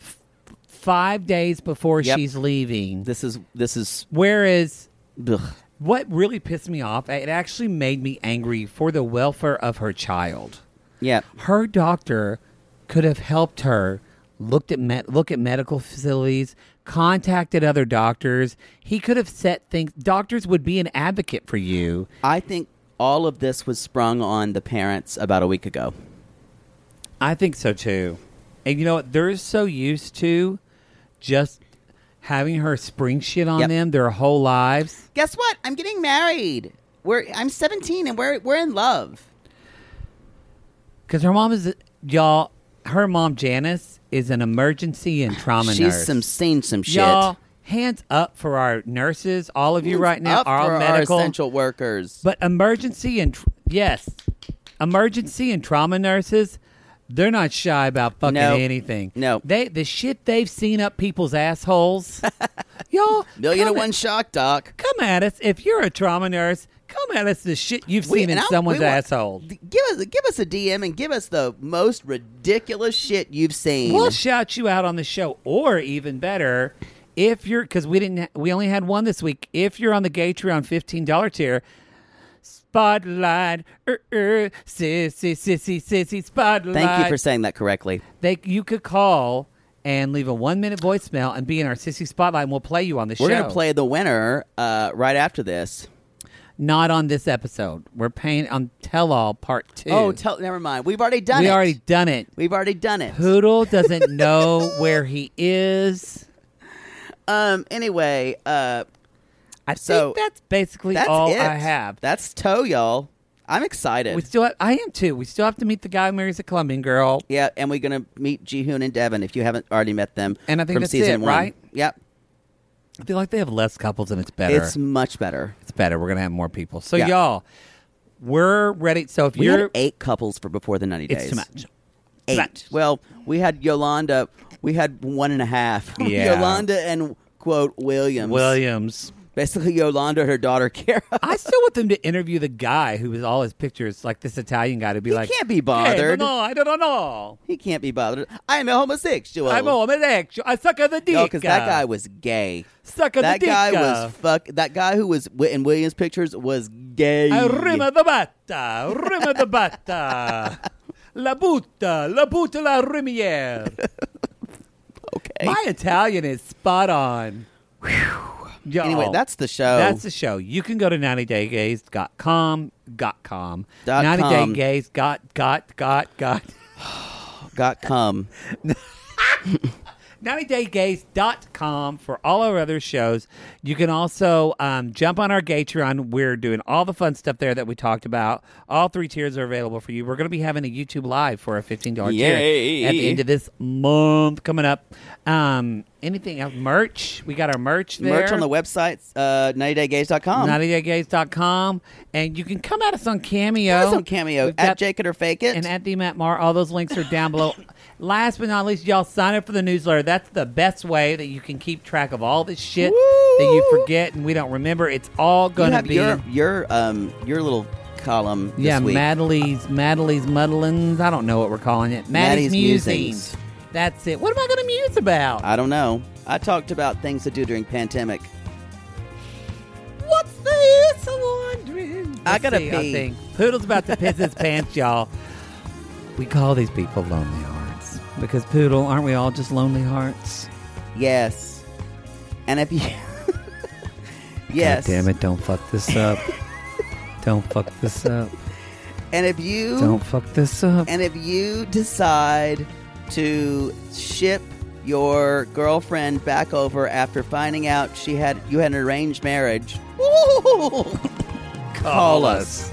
D: f- five days before
C: Yep.
D: she's leaving.
C: This is this is
D: Whereas,
C: ugh.
D: what really pissed me off, it actually made me angry for the welfare of her child.
C: yeah.
D: Her doctor could have helped her looked at med- look at medical facilities, contacted other doctors. He could have set things. Doctors would be an advocate for you.
C: I think all of this was sprung on the parents about a week ago.
D: I think so too. And you know what? They're so used to just having her spring shit on
C: Yep.
D: them their whole lives.
C: Guess what? I'm getting married. We're I'm 17 and we're we're in love.
D: Because her mom is y'all. Her mom Janice is an emergency
C: [sighs]
D: and trauma
C: She's
D: nurse.
C: some seen some shit.
D: Y'all, hands up for our nurses, all of you right now,
C: Up
D: are
C: for
D: all medical.
C: our essential workers.
D: but emergency and tr- yes, emergency and trauma nurses, they're not shy about fucking
C: No.
D: anything.
C: No.
D: they the shit they've seen up
C: [laughs]
D: people's assholes. y'all,
C: Million
D: come
C: to
D: at-
C: one shock, doc.
D: Come at us if you're a trauma nurse. Come at us the shit you've
C: We-
D: seen in
C: and I-
D: someone's
C: we want-
D: asshole.
C: Give us give us a DM and give us the most ridiculous shit you've seen.
D: We'll shout you out on the show, or even better, if you're because we didn't ha- we only had one this week. If you're on the Gatreon fifteen dollar tier, spotlight, er, er, sissy, sissy, sissy, spotlight.
C: Thank you for saying that correctly.
D: They you could call and leave a one minute voicemail and be in our sissy spotlight, and we'll play you on the
C: We're
D: show.
C: gonna play the winner uh, right after this.
D: not on this episode. We're paying on Tell All Part Two.
C: Oh, tell never mind. We've already done
D: we
C: it.
D: already done it.
C: We've already done it.
D: Poodle doesn't know where he is.
C: Um. Anyway. Uh.
D: I
C: So-
D: think that's basically
C: That's
D: all
C: it.
D: I have.
C: That's toe, y'all. I'm excited.
D: We still, have, I am too. We still have to meet the guy who marries a Colombian girl.
C: Yeah, and we're gonna meet Jihoon and Devin if you haven't already met them.
D: And I think
C: from
D: that's
C: season
D: it,
C: one.
D: right?
C: Yep,
D: I feel like they have less couples and it's better.
C: it's much better.
D: It's better. We're gonna have more people. So
C: Yeah.
D: y'all, we're ready. So if
C: We
D: you're
C: had eight couples for before the 90 days.
D: It's too much.
C: Eight.
D: much.
C: Well, we had Yolanda. We had one and a half. [laughs]
D: Yeah.
C: Yolanda and quote Williams.
D: Williams.
C: Basically, Yolanda and her daughter [laughs] Kara.
D: I still want them to interview the guy who was all his pictures, like this Italian guy, to be like,
C: can't be
D: Hey,
C: bothered.
D: no, no, I don't know.
C: He can't be bothered. I am a homosexual.
D: I'm a homosexual. I suck at the dick.
C: because that guy was gay.
D: suck at
C: that
D: the dick.
C: guy was fuck. That guy who was wi- in Williams' pictures was gay.
D: I rima the batta, rima the batta, la butta, la butta la rimiere.
C: [laughs] okay.
D: My Italian is spot on. Y'all,
C: Anyway, that's the show.
D: That's the show. You can go to 90daygays.com, got com,
C: Dot
D: 90
C: com.
D: Day Gays, got, got, got, got,
C: got come.
D: 90daygays.com for all our other shows. You can also um, jump on our Gatron. We're doing all the fun stuff there that we talked about. All three tiers are available for you. We're going to be having a YouTube Live for a $15
E: Yay.
D: tier at the end of this month coming up. Um, anything else? Merch. We got our merch there.
C: Merch on the website, uh, 90daygays.com.
D: 90daygays.com. And you can come at us on Cameo.
C: That's on Cameo.
D: We've
C: At
D: got-
C: Jake It or Fake It.
D: and at the Matt Mar. All those links are down below. Last but not least, y'all sign up for the newsletter. That's the best way that you can keep track of all this shit that you forget and we don't remember. It's all
C: you
D: going to
C: have
D: be
C: your, your, um, your little column this
D: yeah,
C: week.
D: Madelies, Madelies, Muddlins. I don't know what we're calling it.
C: Maddie's
D: Maddie's, musings.
C: Musings.
D: That's it. What am I going to muse about?
C: I don't know. I talked about things to do during pandemic.
D: What's the use of wondering?
C: I
D: Let's
C: gotta
D: see, I
C: pee.
D: think Poodle's about to
C: [laughs]
D: piss his pants, y'all. We call these people lonely hearts because Poodle, aren't we all just lonely hearts?
C: Yes. And if you. [laughs] yes.
D: God damn it, don't fuck this up. don't fuck this up.
C: And if you.
D: Don't fuck this up.
C: And if you decide to ship your girlfriend back over after finding out she had you had an arranged marriage, call us.